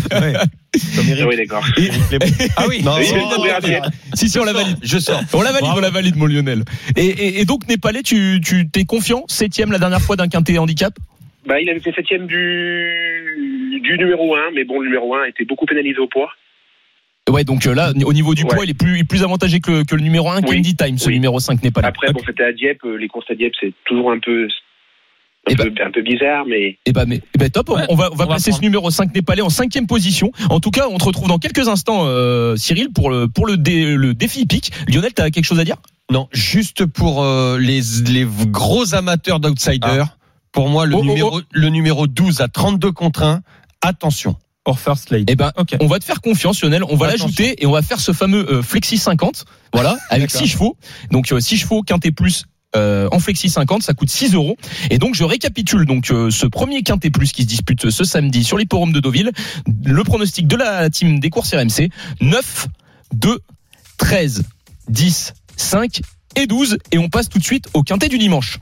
Comme Ah Eric. oui d'accord. Il est beau. Ah oui. Non, Oui, non, j'ai trouvé non, un non. piège. Oh. Si, si, on la valide. Je sors. On la valide, Bravo. on la valide, mon Lionel. Et, et, et donc, Népalais, tu tu- t'es confiant Septième la dernière fois d'un quintet handicap Bah il avait fait septième du Hum, du numéro 1, mais bon le numéro 1 était beaucoup pénalisé au poids. Ouais, donc euh, là, au niveau du poids, Ouais. il est plus, il est plus avantagé que le, que le numéro 1, Oui. Candy Time, ce Oui. numéro 5 népalais. Après bon c'était à Dieppe, euh, les courses à Dieppe c'est toujours un peu Eh un, peu, un peu bizarre mais Et bah, mais, eh ben, top, on- Ouais, on va, on on va va placer ce prendre. numéro 5 népalais en cinquième position. En tout cas, on te retrouve dans quelques instants, euh, Cyril, pour le, pour le, dé- le défi pic. Lionel, t'as quelque chose à dire Non, juste pour euh, les, les gros amateurs d'outsiders, Ah. pour moi, le, Oh, oh, numéro, le numéro 12 à 32 contre 1, attention. Or first lady. Eh ben, Ok. on va te faire confiance, Lionel. On va Attention. l'ajouter et on va faire ce fameux euh, Flexi 50. Voilà, avec D'accord. 6 chevaux. Donc, euh, 6 chevaux, quintet plus. euh, en flexi 50, ça coûte 6 euros. Et donc je récapitule donc euh, ce premier quintet plus qui se dispute ce samedi sur les forums de Deauville. Le pronostic de la team des courses RMC 9, 2, 13, 10, 5 et 12. Et on passe tout de suite au quintet du dimanche.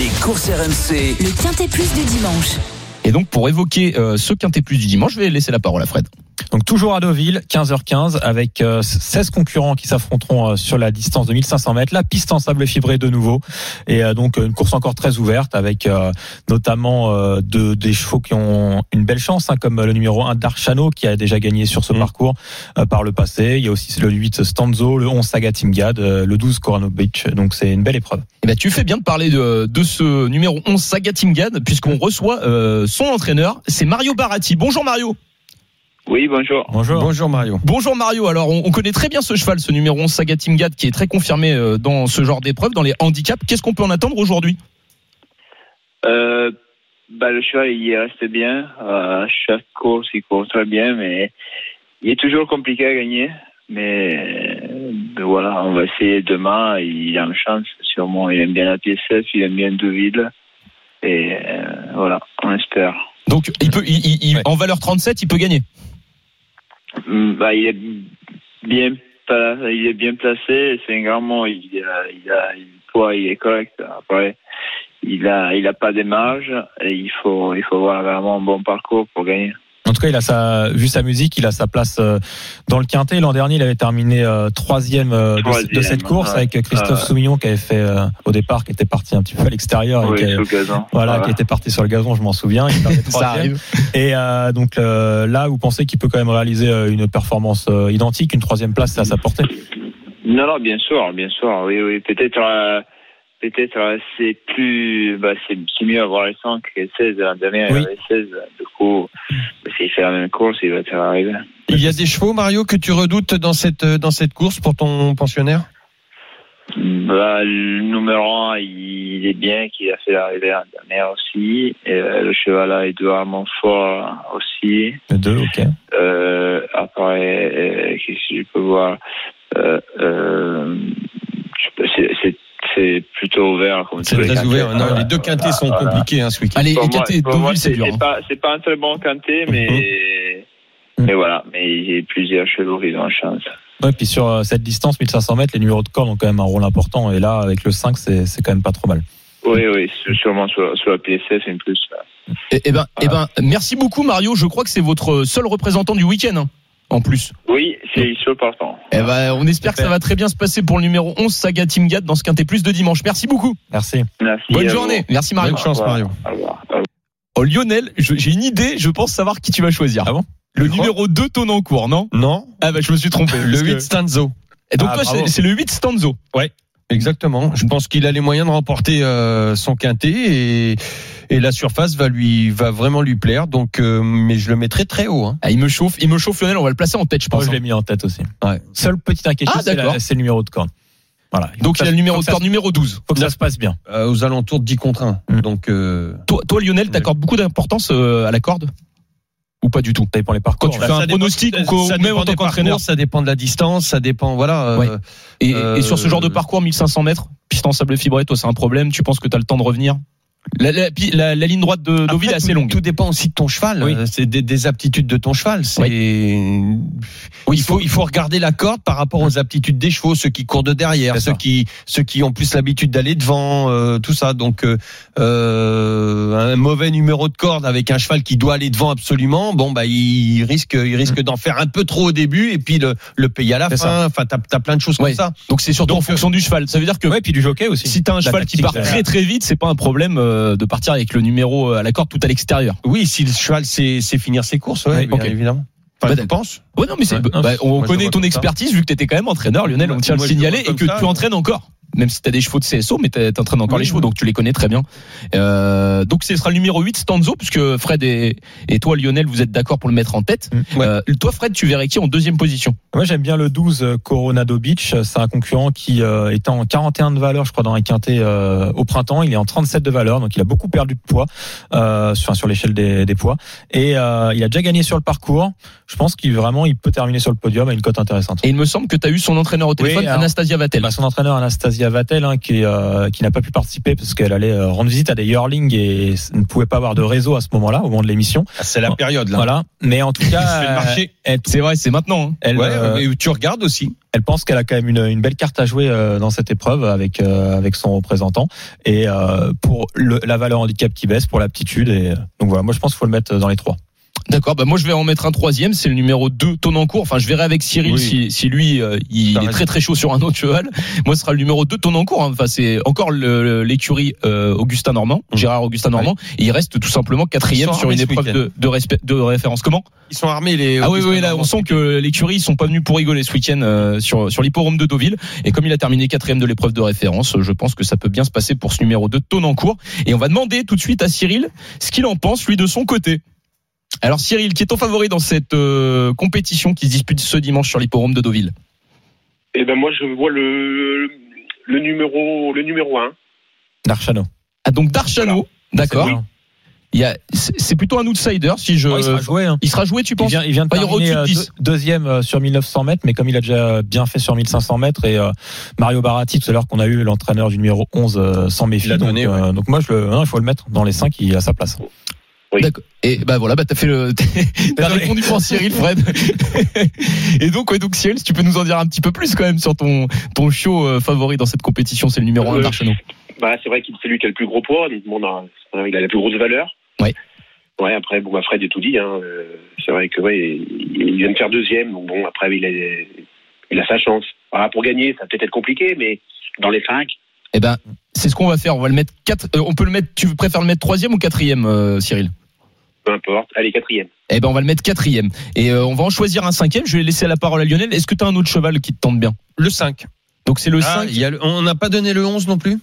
Les courses RMC, Le Quintet Plus du dimanche. Et donc pour évoquer euh, ce quintet plus du dimanche, je vais laisser la parole à Fred. Donc toujours à Deauville, 15h15, avec euh, 16 concurrents qui s'affronteront euh, sur la distance de 1500 mètres, la piste en sable fibré de nouveau, et euh, donc euh, une course encore très ouverte, avec euh, notamment euh, de, des chevaux qui ont une belle chance, hein, comme le numéro 1 Darchano, qui a déjà gagné sur ce parcours euh, par le passé. Il y a aussi le 8 Stanzo, le 11 Saga Timgad, euh, le 12 Corano Beach, donc c'est une belle épreuve. Eh ben, tu fais bien de parler de, de ce numéro 11 Saga Timgad puisqu'on reçoit euh, son entraîneur, c'est Mario Baratti. Bonjour Mario. Oui, bonjour. Bonjour. Bonjour Mario. Bonjour Mario. Alors on, on connaît très bien ce cheval, ce numéro 11 Saga Timgad qui est très confirmé euh, dans ce genre d'épreuve, dans les handicaps. Qu'est-ce qu'on peut en attendre aujourd'hui Euh, bah, le cheval, il reste bien. Euh, chaque course, il court très bien, mais il est toujours compliqué à gagner. Mais euh, ben voilà, on va essayer demain. Il a une chance, sûrement. Il aime bien la PSF, il aime bien Deauville. Et euh, voilà, on espère. Donc il peut, il- il- il- Ouais. en valeur 37, il peut gagner. Hum, Bah, il est bien, pla- il est bien placé. C'est un grand mot. Il a, il a, il, poids, il est correct. Après, il a, il a pas de marge. Et il faut, il faut avoir vraiment un bon parcours pour gagner. En tout cas, il a sa, vu sa musique, il a sa place euh, dans le quintet. L'an dernier, il avait terminé euh, troisième euh, de- de, Troisième, cette course ouais. avec Christophe Ouais. Soumillon qui avait fait euh, au départ, qui était parti un petit peu à l'extérieur. et Oui, qui avait- sur le gazon. voilà, qui était parti sur le gazon, je m'en souviens. Il terminait troisième. Et euh, donc euh, là, vous pensez qu'il peut quand même réaliser euh, une performance euh, identique, une troisième place, c'est à sa portée. Non, non, bien sûr, bien sûr. Oui, oui. Peut-être, euh, peut-être, euh, c'est plus, bah, c'est c'est mieux avoir les 5 que les 16. L'an dernier, il Oui. avait 16. Du coup, s'il fait la même course, il va te faire arriver. Il y a des chevaux, Mario, que tu redoutes dans cette, euh, dans cette course pour ton pensionnaire Bah, le numéro 1, il est bien, qu'il a fait l'arrivée l'année dernière aussi. Et, euh, le cheval à Edouard Montfort aussi. Le 2, ok. Euh, après, euh, qu'est-ce que je peux voir euh, euh, je peux- c'est- c'est- C'est plutôt ouvert. comme C'est tous très quintés. ouvert. Non, Voilà. les deux quintés Voilà, sont voilà. compliqués hein, ce week-end. Allez, Pour moi- écartez pour moi, Deauville, c'est c'est dur. c'est hein. pas, c'est pas un très bon quintet, Mm-hmm. mais, mais voilà. Mais il y a plusieurs chevaux qui ont chance. Ouais, puis sur euh, cette distance, 1500 mètres, les numéros de corps ont quand même un rôle important. Et là, avec le 5, c'est c'est quand même pas trop mal. Oui, oui, sur- sûrement sur, sur la PSF et plus. là. Eh eh ben, eh ben, merci beaucoup Mario. Je crois que c'est votre seul représentant du week-end. hein, En plus, Oui, c'est ils sont partants. eh ben, on espère que ça va très bien se passer pour le numéro 11 Saga Team Gat dans ce quintet plus de dimanche. Merci beaucoup. Merci. Merci Bonne à journée. Merci Mario. Bonne chance, Voilà. Mario. vous. Au revoir. Oh, Lionel, je- j'ai une idée. Je pense savoir qui tu vas choisir. Ah bon Le Je crois. numéro 2 Tonancourt, non Non, Ah bah je me suis trompé. le Parce que- 8 Stanzo. Et donc Ah, toi, bravo. c'est- c'est le 8 Stanzo. Exactement. Je pense qu'il a les moyens de remporter euh, son quintet et, et la surface va lui va vraiment lui plaire. Donc, euh, mais je le mettrai très haut. Hein. Ah, il me chauffe, il me chauffe Lionel, on va le placer en tête, je Moi, pense. hein. je l'ai mis en tête aussi. Ouais. Seul petit inquiétude, Ah, c'est la- d'accord. c'est le numéro de corps. Voilà. Donc il a le numéro faut de que ça corps numéro 12. se- faut que ça se passe bien. Euh, aux alentours de 10 contre 1. Mm. Donc, euh, Toi, toi Lionel, t'accordes beaucoup d'importance euh, à la corde Ou pas du tout Ça dépend les Quand parcours. tu là. fais un ça dépend- pronostic ou ça- qu'au- ça même dépend en tant des qu'entraîneur parcours, ça dépend de la distance, ça dépend. Voilà. euh, Ouais. et, et sur ce genre de Euh, parcours, 1500 mètres, piste en sable fibré, toi c'est un problème, tu penses que t'as le temps de revenir la, la- pi- la- la ligne droite de Après, Deauville est assez tout- longue. Tout dépend aussi de ton cheval. Oui. Euh, C'est des, des aptitudes de ton cheval. C'est Oui, il faut il faut regarder la corde par rapport aux aptitudes des chevaux, ceux qui courent de derrière, C'est ceux ça. qui ceux qui ont plus l'habitude d'aller devant, euh, tout ça. Donc euh, euh, un mauvais numéro de corde avec un cheval qui doit aller devant absolument, bon bah il risque il Mm. risque d'en faire un peu trop au début et puis le le payer à la fin. C'est ça. Enfin t'as as plein de choses Ouais. comme ça. Donc c'est surtout en fonction du cheval. Ça veut dire que Ouais, puis du jockey aussi. si t'as un Bah, La cheval qui tactique part derrière. très très vite, c'est pas un problème euh, de partir avec le numéro euh, à la corde tout à l'extérieur. Oui, si le cheval sait, sait finir ses courses, ouais, Ouais, bien ok. évidemment. Enfin, Bah, je pense. Ouais, non, mais c'est, Ouais, bah, non, bah, on moi, je connaît le vois ton comme expertise vu que t'étais quand même entraîneur, Lionel. Moi, on tient à le moi, je le signaler vois et comme que ça, tu ouais. entraînes encore. Même si t'as des chevaux de CSO, mais t'a- t'entraînes encore Oui, les chevaux, oui. donc tu les connais très bien. Euh, donc ce sera le numéro 8, Stanzo, puisque Fred et, et toi, Lionel, vous êtes d'accord pour le mettre en tête. Mm. Ouais. Euh, toi, Fred, tu verrais qui en deuxième position Moi, j'aime bien le 12 euh, Coronado Beach. C'est un concurrent qui euh, est en 41 de valeur, je crois, dans un quintet euh, au printemps. Il est en 37 de valeur, donc il a beaucoup perdu de poids euh, sur, enfin, sur l'échelle des, des poids. Et euh, il a déjà gagné sur le parcours. Je pense qu'il vraiment, il peut terminer sur le podium à une cote intéressante. Et il me semble que t'as eu son entraîneur au téléphone, alors- Anastasia Vatel. Bah, son entraîneur Anastasia Vatel, hein, qui, est, euh, qui n'a pas pu participer parce qu'elle allait euh, rendre visite à des yearlings et ne pouvait pas avoir de réseau à ce moment-là, au moment de l'émission. C'est la période là. Voilà. Mais en tout cas, fais le euh, marché. elle, C'est vrai, c'est maintenant. hein. elle, Ouais, euh, mais tu regardes aussi. elle pense qu'elle a quand même une, une belle carte à jouer euh, dans cette épreuve avec euh, avec son représentant et euh, pour le, la valeur handicap qui baisse pour l'aptitude et euh, donc voilà moi je pense qu'il faut le mettre euh, dans les trois D'accord, bah moi je vais en mettre un troisième, c'est le numéro 2, Tonancourt. Enfin, je verrai avec Cyril Oui. si, si lui euh, il T'as est raison. très très chaud sur un autre cheval. Moi ce sera le numéro 2, Tonancourt. hein. Enfin, c'est encore le- le- l'écurie euh, Augustin Normand, Mhm. Gérard Augustin Normand. Et il reste tout simplement quatrième Ils sont sur une armés ce épreuve week-end. de, de, respect- de référence. Comment Ils sont armés les. Ah oui, oui, là on sent que l'écurie ils sont pas venus pour rigoler ce week-end euh, sur, sur l'hipporome de Deauville. Et comme il a terminé quatrième de l'épreuve de référence, euh, je pense que ça peut bien se passer pour ce numéro 2, Tonancourt. Et on va demander tout de suite à Cyril ce qu'il en pense, lui, de son côté. Alors Cyril, qui est ton favori dans cette euh, compétition qui se dispute ce dimanche sur l'hipporome de Deauville Et ben moi je vois le le numéro le numéro 1. Darchano Ah donc Darchano, d'accord. Il y a- C'est c'est plutôt un outsider si je... il sera joué hein. il sera joué, tu il penses vient, il vient de Bah, il y aura terminer euh, au-dessus de deux- deuxième euh, sur 1900 mètres, mais comme il a déjà euh, bien fait sur 1500 mètres, et euh, Mario Baratti, tout à l'heure qu'on a eu l'entraîneur du numéro 11, euh, s'en méfie. Il l'a Donc, donné, euh, donc moi, je le, non, il faut le mettre dans les cinq, il a sa place. Et bah voilà, bah t'as fait le, t'as Désolé. répondu pour Cyril, Fred. et donc, ouais, donc Cyril, si tu peux nous en dire un petit peu plus quand même sur ton ton show euh, favori dans cette compétition, c'est le numéro 1 Euh, d'Archenot. Bah, c'est vrai qu'il c'est lui qui a le plus gros poids, donc bon, non, il a la plus grosse valeur. Ouais. Ouais, après, bon, bah, Fred a tout dit. Hein. euh, C'est vrai que, ouais, il il vient de faire deuxième, donc bon, après, il a, il a sa chance. Ah, pour gagner, ça va peut-être être compliqué, mais dans les cinq, Eh ben, c'est ce qu'on va faire. On va le mettre quatre. euh, on peut le mettre. Tu préfères le mettre troisième ou quatrième, euh, Cyril peu importe. Allez, quatrième. Eh ben, on va le mettre quatrième. Et euh, on va en choisir un cinquième. Je vais laisser la parole à Lionel. Est-ce que t'as un autre cheval qui te tente bien Le 5. Donc c'est le Ah, 5 il y a le- on n'a pas donné le 11 non plus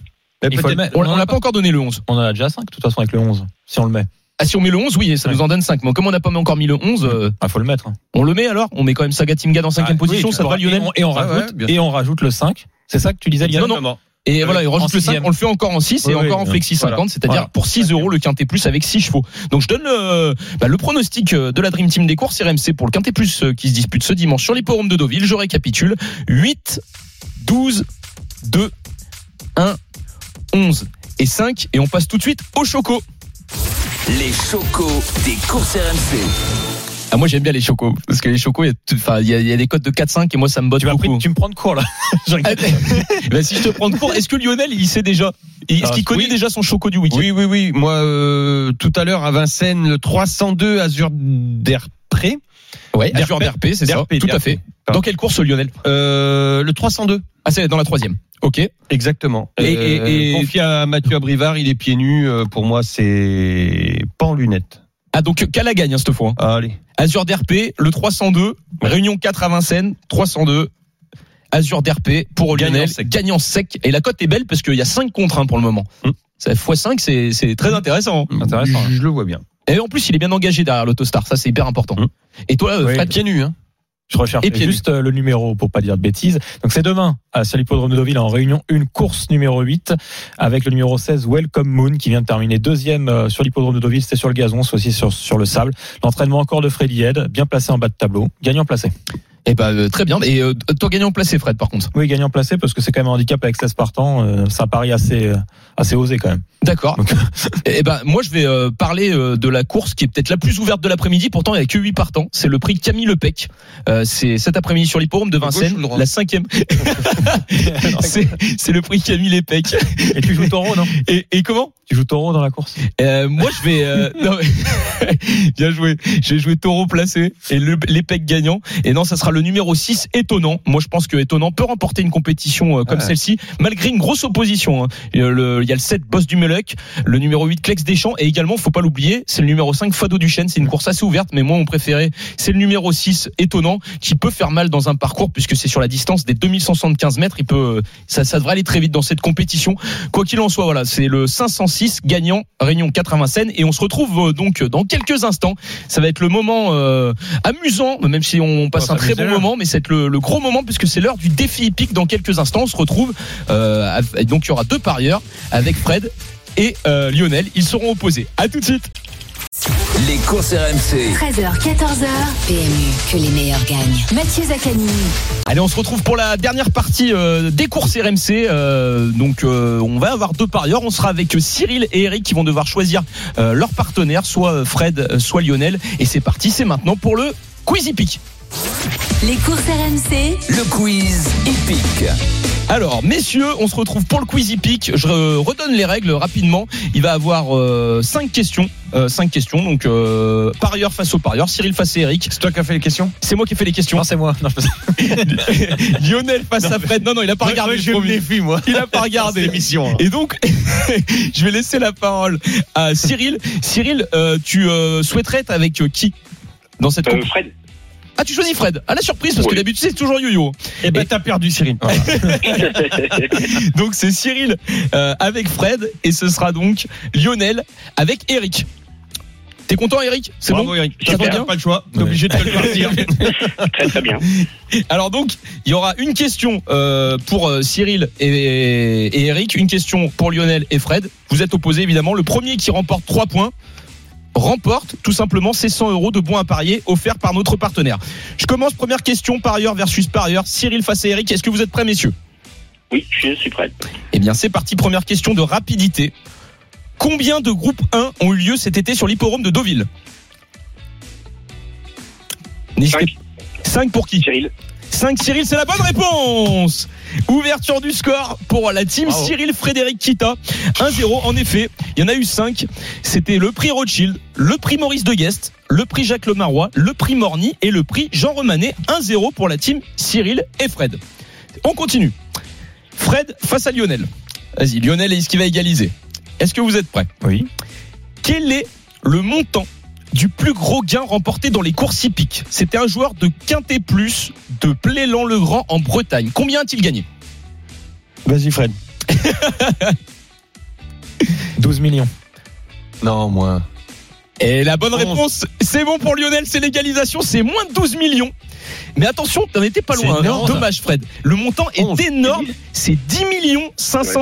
Il faut le mettre. On, on l'a pas encore donné le 11. On en a déjà cinq, de toute façon, avec le 11, si on le met. Ah, si on met le 11, oui, ça nous en donne 5. Mais comme on n'a pas encore mis le 11, euh, Ah, faut le mettre. hein. on le met alors On met quand même Saga Tinga dans 5 Ah, oui, position, tu ça te va pourras- Lionel et on- Et on Ah ouais, rajoute, bien et on rajoute le 5. C'est ça que tu disais, Lionel Non, non. Et Ouais, voilà, et en rajoute le 5, sixième. on le fait encore en 6 Oui, et oui, encore en oui. flexi 50, Voilà. c'est-à-dire Voilà. pour 6 euros le quintet plus avec 6 chevaux. Donc je donne le, bah, le pronostic euh, de la Dream Team des courses RMC pour le quintet plus euh, qui se dispute ce dimanche sur l'hipporome de Deauville. Je récapitule 8, 12, 2, 1, 11 et 5. Et on passe tout de suite au Choco. Les chocos des courses RMC. Ah, moi j'aime bien les Chocos parce que les Chocos, il y a tout- enfin, il y, a- il y a des codes de 4-5 et moi ça me botte Tu, m'as pris- beaucoup. tu me prends de court là. Je Ah, rigole. bah, si je te prends de court, est-ce que Lionel il sait déjà Est-ce Ah, qu'il connaît oui. déjà son Choco du week-end Oui, oui, oui. Moi, euh, tout à l'heure à Vincennes, le 302 Azur d'Erpré. Ouais, DRP, Azur DRP, c'est ça. DRP. Tout à fait. Dans quelle course, Lionel Euh, le 302. Ah, c'est dans la troisième. Ok. Exactement. Et- et- et- Euh, Confié à Mathieu Abrivard, il est pieds nus. euh, pour moi, c'est pas en lunettes. Ah, Ah, donc qu'à la gagne hein, cette fois. hein. Allez. Azur DRP, le 302, Réunion 4 à Vincennes, 302. Azur DRP pour Gagnant Lionel, sec. gagnant sec. Et la cote est belle parce qu'il y a 5 contre 1 pour le moment. Hum. Ça, x5, c'est, c'est très intéressant. hein. Intéressant, Je, je le vois bien. Et en plus, il est bien engagé derrière l'autostar. Ça, c'est hyper important. Hum. Et toi, euh, Oui. Fred, pieds nus, hein. Je recherche Et pieds nus. juste euh, le numéro pour pas dire de bêtises. Donc c'est demain à sur l'hippodrome de Deauville en réunion une course numéro 8 avec le numéro 16 Welcome Moon qui vient de terminer deuxième euh, sur l'hippodrome de Deauville. C'était sur le gazon, c'est aussi sur, sur le sable. L'entraînement encore de Freddy Head, bien placé en bas de tableau, gagnant placé. Eh ben, euh, très bien. Et euh, toi, gagnant placé, Fred, par contre. Oui, gagnant placé parce que c'est quand même un handicap avec 16 partants, euh, c'est un pari assez euh, assez osé quand même. D'accord. Donc- Eh ben, moi, je vais euh, parler euh, de la course qui est peut-être la plus ouverte de l'après-midi. Pourtant, il n'y a que 8 partants. C'est le prix Camille Lepec. Euh, c'est cet après-midi sur l'hipporome de gauche Vincennes, ou le droit la cinquième. c'est c'est le prix Camille Lepec. Et tu joues taureau, non Et, et comment Tu joues taureau dans la course Euh, Moi, je vais euh, non, mais- bien joué. J'ai joué taureau placé et le- l'Epec gagnant. Et non, ça sera le numéro 6 étonnant. Moi, je pense que étonnant peut remporter une compétition euh, comme Ah. celle-ci malgré une grosse opposition. hein. Et, euh, le- Il y a le 7 Boss du Melec, le numéro 8 Clex Deschamps et également, faut pas l'oublier, c'est le numéro 5 Fado Duchesne. C'est une course assez ouverte, mais moi, mon préféré, c'est le numéro 6 étonnant qui peut faire mal dans un parcours puisque c'est sur la distance des 2175 mètres. Il peut, euh, ça, ça devrait aller très vite dans cette compétition. Quoi qu'il en soit, voilà, c'est le 506 gagnant Réunion 80 Seine et on se retrouve euh, donc dans quelques instants. Ça va être le moment euh, amusant, même si on passe On va un très s'amuser bon là. moment, mais c'est le, le gros moment puisque c'est l'heure du défi hippique. Dans quelques instants, on se retrouve. euh, avec- donc il y aura deux parieurs avec Fred et euh, Lionel. Ils seront opposés. À tout de suite. Les courses RMC. 13h, 14h. PMU, que les meilleurs gagnent. Mathieu Zaccani. Allez, on se retrouve pour la dernière partie euh, des courses RMC. Euh, donc, euh, on va avoir deux parieurs. On sera avec Cyril et Eric qui vont devoir choisir euh, leur partenaire, soit euh, Fred, euh, soit Lionel. Et c'est parti, c'est maintenant pour le Quiz Hippique. Les courses RMC. Le quiz épique. Alors, messieurs, on se retrouve pour le Quiz Hippique. Je euh, redonne les règles rapidement. Il va avoir euh, cinq questions. Euh, cinq questions. Donc, euh, parieur face au parieur, Cyril face à Eric. C'est toi qui as fait les questions C'est moi qui ai fait les questions. Non, c'est moi. Non, je pense- Lionel face à Fred. Non, non, il a pas regardé. je promis. défie, moi. Il a pas regardé. Émission. hein. Et donc, je vais laisser la parole à Cyril. Cyril, euh, tu euh, souhaiterais être avec euh, qui dans cette Euh, compétition Fred, Ah, tu choisis Fred. À la surprise, parce que Oui. d'habitude c'est toujours Yo-Yo. Eh ben, Et- t'as perdu, Cyril. Donc c'est Cyril euh, avec Fred et ce sera donc Lionel avec Eric. T'es content, Eric C'est Bravo, bon. Eric. Ça va T'as bien pas le choix. T'es Ouais. obligé de te le partir. très très bien. Alors donc, il y aura une question euh, pour euh, Cyril et, et Eric, une question pour Lionel et Fred. Vous êtes opposés évidemment. Le premier qui remporte 3 points remporte tout simplement ces 100 euros de bons à parier offerts par notre partenaire. Je commence première question parieur versus parieur. Cyril face à Eric, est-ce que vous êtes prêts messieurs Oui, je suis prêt. Eh bien c'est parti, première question de rapidité. Combien de groupes 1 ont eu lieu cet été sur l'hipporome de Deauville Cinq. 5 pour qui Cyril, 5 Cyril, c'est la bonne réponse Ouverture du score pour la team Bravo. Cyril Frédéric Kita. 1-0, en effet, il y en a eu 5. C'était le prix Rothschild, le prix Maurice de Guest, le prix Jacques Lemaroy, le prix Morny et le prix Jean Romanet. 1-0 pour la team Cyril et Fred. On continue. Fred face à Lionel. Vas-y, Lionel est-ce qu'il va égaliser Est-ce que vous êtes prêts Oui. Quel est le montant du plus gros gain remporté dans les courses hippiques C'était un joueur de Quintet Plus de Plélan-le-Grand en Bretagne. Combien a-t-il gagné Vas-y, Fred. 12 millions. Non, moi. Et la bonne réponse, c'est bon pour Lionel, c'est l'égalisation, c'est moins de 12 millions. Mais attention, t'en étais pas C'est loin. hein. énorme. Dommage, Fred. Le montant est Onze. énorme. C'est 10 millions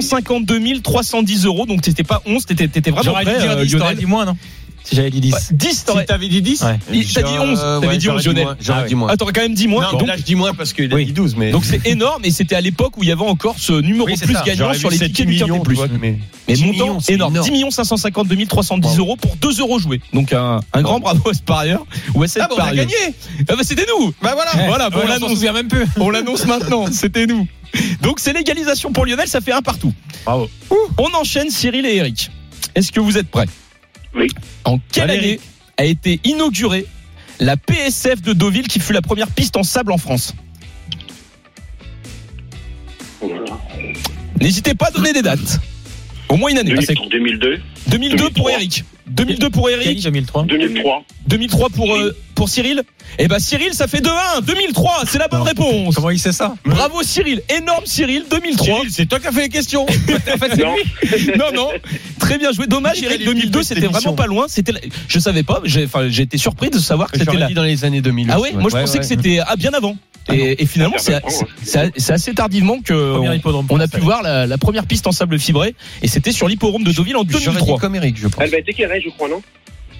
552 310 euros. Donc t'étais pas 11, t'étais, t'étais vraiment J'aurais prêt, dû dire euh, 10, t'aurais Lionel. dit moins, non Si j'avais dit 10. Ouais, 10, t'aurais. Si t'avais dit 10, Ouais. Il- T'as dit 11, euh, t'avais ouais, dit 11, j'aurais dit Lionel. moins, J'aurais dit moins. Ah, t'aurais quand même dit moins. Non, mais donc, là je dis moins parce qu'il a Oui. dit 12, mais. donc c'est énorme et c'était à l'époque où il y avait encore ce numéro Oui, c'est plus ça. gagnant J'aurais sur vu les 7 tickets du millions, Quintet tu Plus. vois, mais- Mais 10 montant millions, c'est énorme. énorme. 10 millions 552 310 Bravo. euros pour 2 euros joués. Donc un, un grand bravo à ce parieur ou à cette Ah, bah, on a parieuse. Ah bah, c'était nous. Bah voilà Ouais. Voilà, bon, Ouais, on on s'en l'annonce. souvient même plus. On l'annonce maintenant. C'était nous. Donc c'est l'égalisation pour Lionel, ça fait un partout. Bravo. On enchaîne Cyril et Eric. Est-ce que vous êtes prêts Oui. En quelle Allez, année a été inaugurée la PSF de Deauville qui fut la première piste en sable en France N'hésitez pas à donner des dates. Au moins une année. 2002, 2002 pour 2003. Eric. 2002 pour Cali Eric. 2003. 2003. 2003 pour, euh, pour Cyril. Eh ben Cyril, ça fait 2-1. 2003, c'est la bonne Non. réponse. Comment il sait ça Bravo Cyril, énorme Cyril, 2003. Cyril, c'est toi qui as fait les questions Non, non, non. Très bien joué. Dommage, Quelle Eric, est l'équipe 2002, de cette c'était vraiment émission pas loin. C'était, la- je savais pas. J'ai, enfin, j'ai été surpris de savoir que c'était J'aurais là. dit dans les années 2000. Ah ouais, moi je pensais que c'était ah, bien avant. Et, et finalement, Ah, c'est, bien avant, ouais. c'est- c'est assez tardivement que Premier on, hippodrome. on a pu voir la, la première piste en sable fibré. Et c'était sur l'hipporome de Deauville en J'aurais dit 2003. comme Eric, je pense. elle va être éclairée, je crois, non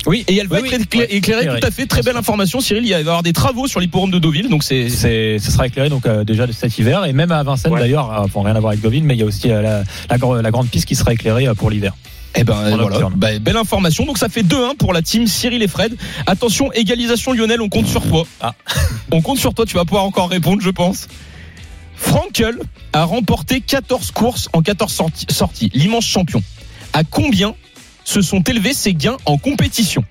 Oui, et elle va Oui, être oui. écla- éclairée Éclairée. tout à fait. Très belle information, Cyril. Il va y avoir des travaux sur l'hipporome de Deauville. Donc c'est. C'est, ça sera éclairé donc euh, déjà de cet hiver et même à Vincennes Ouais. d'ailleurs, euh, bon rien à voir avec Deauville, mais il y a aussi euh, la, la, gr- la grande piste qui sera éclairée euh, pour l'hiver. Eh ben On voilà, observe. Bah, belle information. Donc ça fait 2-1 pour la team Cyril et Fred. Attention, égalisation Lionel, on compte sur toi. Ah. on compte sur toi, tu vas pouvoir encore répondre, je pense. Frankel a remporté 14 courses en 14 sorti- sorties, l'immense champion. À combien se sont élevés ses gains en compétition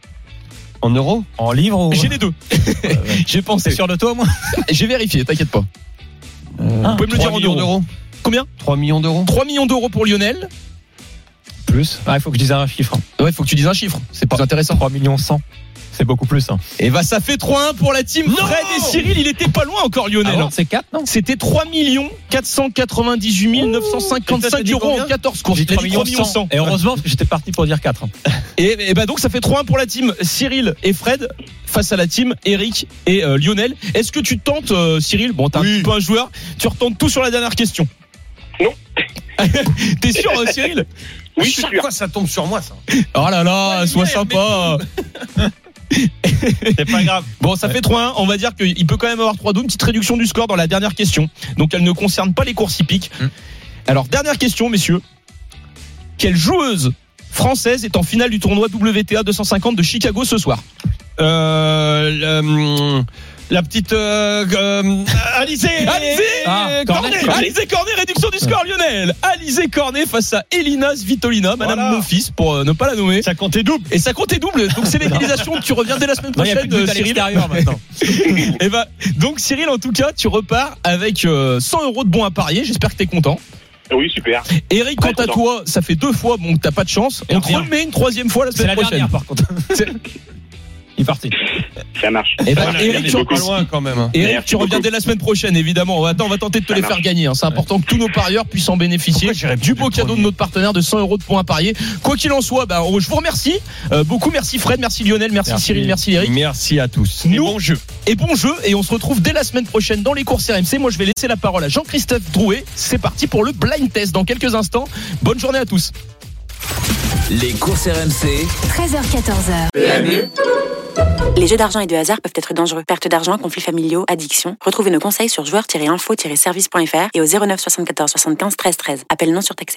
En euros En livre ou J'ai les deux. J'ai C'est pensé. sûr de toi moi J'ai vérifié, t'inquiète pas. Euh, Vous pouvez me le dire en euros. Combien 3 millions d'euros 3 millions d'euros pour Lionel. Plus. Ah, il faut que je dise un chiffre. Ouais, faut que tu dises un chiffre. C'est pas intéressant. 3 millions 100. C'est beaucoup plus. Hein. Et bah ça fait 3-1 pour la team Fred et Cyril. Il était pas loin encore Lionel. hein. Ah c'est 4 non C'était 3 498 Et toi, t'as 955 dit euros en combien 14 courses. J'ai dit T'as 3 dit millions 100. 100. Et heureusement parce que j'étais parti pour dire hein. 4. Et, et bah donc ça fait 3-1 pour la team Cyril et Fred face à la team Eric et euh, Lionel. Est-ce que tu tentes euh, Cyril Bon t'es un petit peu un joueur. Tu retentes tout sur la dernière question. Non. T'es sûr euh, Cyril Oui, je suis sûr. Pourquoi ça tombe sur moi, ça Oh là là, Ouais, sois merde, sympa. C'est pas grave. Bon, ça fait 3-1. On va dire qu'il peut quand même avoir 3-2. Une petite réduction du score dans la dernière question. Donc, elle ne concerne pas les courses hippiques. Hmm. Alors, dernière question, messieurs. Quelle joueuse française est en finale du tournoi WTA 250 de Chicago ce soir Euh. le, hum, La petite. Euh, euh, Alizé Alizé Ah, Cornet, Cornet, Cornet. Alizé Cornet, réduction du score Lionel Alizé Cornet face à Elina Svitolina, Madame Voilà. Monfils, pour euh, ne pas la nommer. Ça comptait double Et ça comptait double, donc c'est l'égalisation, tu reviens dès la semaine Non, il y a plus de prochaine, but euh, à Cyril. l'extérieur maintenant. Et bah, donc Cyril, en tout cas, tu repars avec euh, 100 euros de bons à parier. J'espère que t'es content. Oui, super. Eric, Très quant à content. toi, ça fait deux fois, bon, que t'as pas de chance. Et On te rien. remet une troisième fois la C'est semaine la prochaine. dernière par contre. C'est- Il est parti. Ça marche. Eh ben, Voilà, Eric, merci tu- beaucoup. Pas loin, quand même. hein. Eric, Merci tu reviens beaucoup. dès la semaine prochaine, évidemment. On va, attends, on va tenter de te Ça les marche. faire gagner. hein. C'est important que tous nos parieurs puissent en bénéficier Pourquoi j'irais plus du beau du cadeau de premier notre partenaire de 100 euros de points à parier. Quoi qu'il en soit, bah, on- je vous remercie euh, beaucoup. Merci Fred, merci Lionel, merci, Merci. Cyril, merci Eric. Merci à tous. Nous- Et bon jeu. Et bon jeu. Et on se retrouve dès la semaine prochaine dans les courses RMC. Moi, je vais laisser la parole à Jean-Christophe Drouet. C'est parti pour le blind test dans quelques instants. Bonne journée à tous. Les courses RMC. 13h14h. Les jeux d'argent et de hasard peuvent être dangereux. Perte d'argent, conflits familiaux, addiction. Retrouvez nos conseils sur joueurs-info-service.fr et au 09 74 75 13 13. Appel non surtaxé.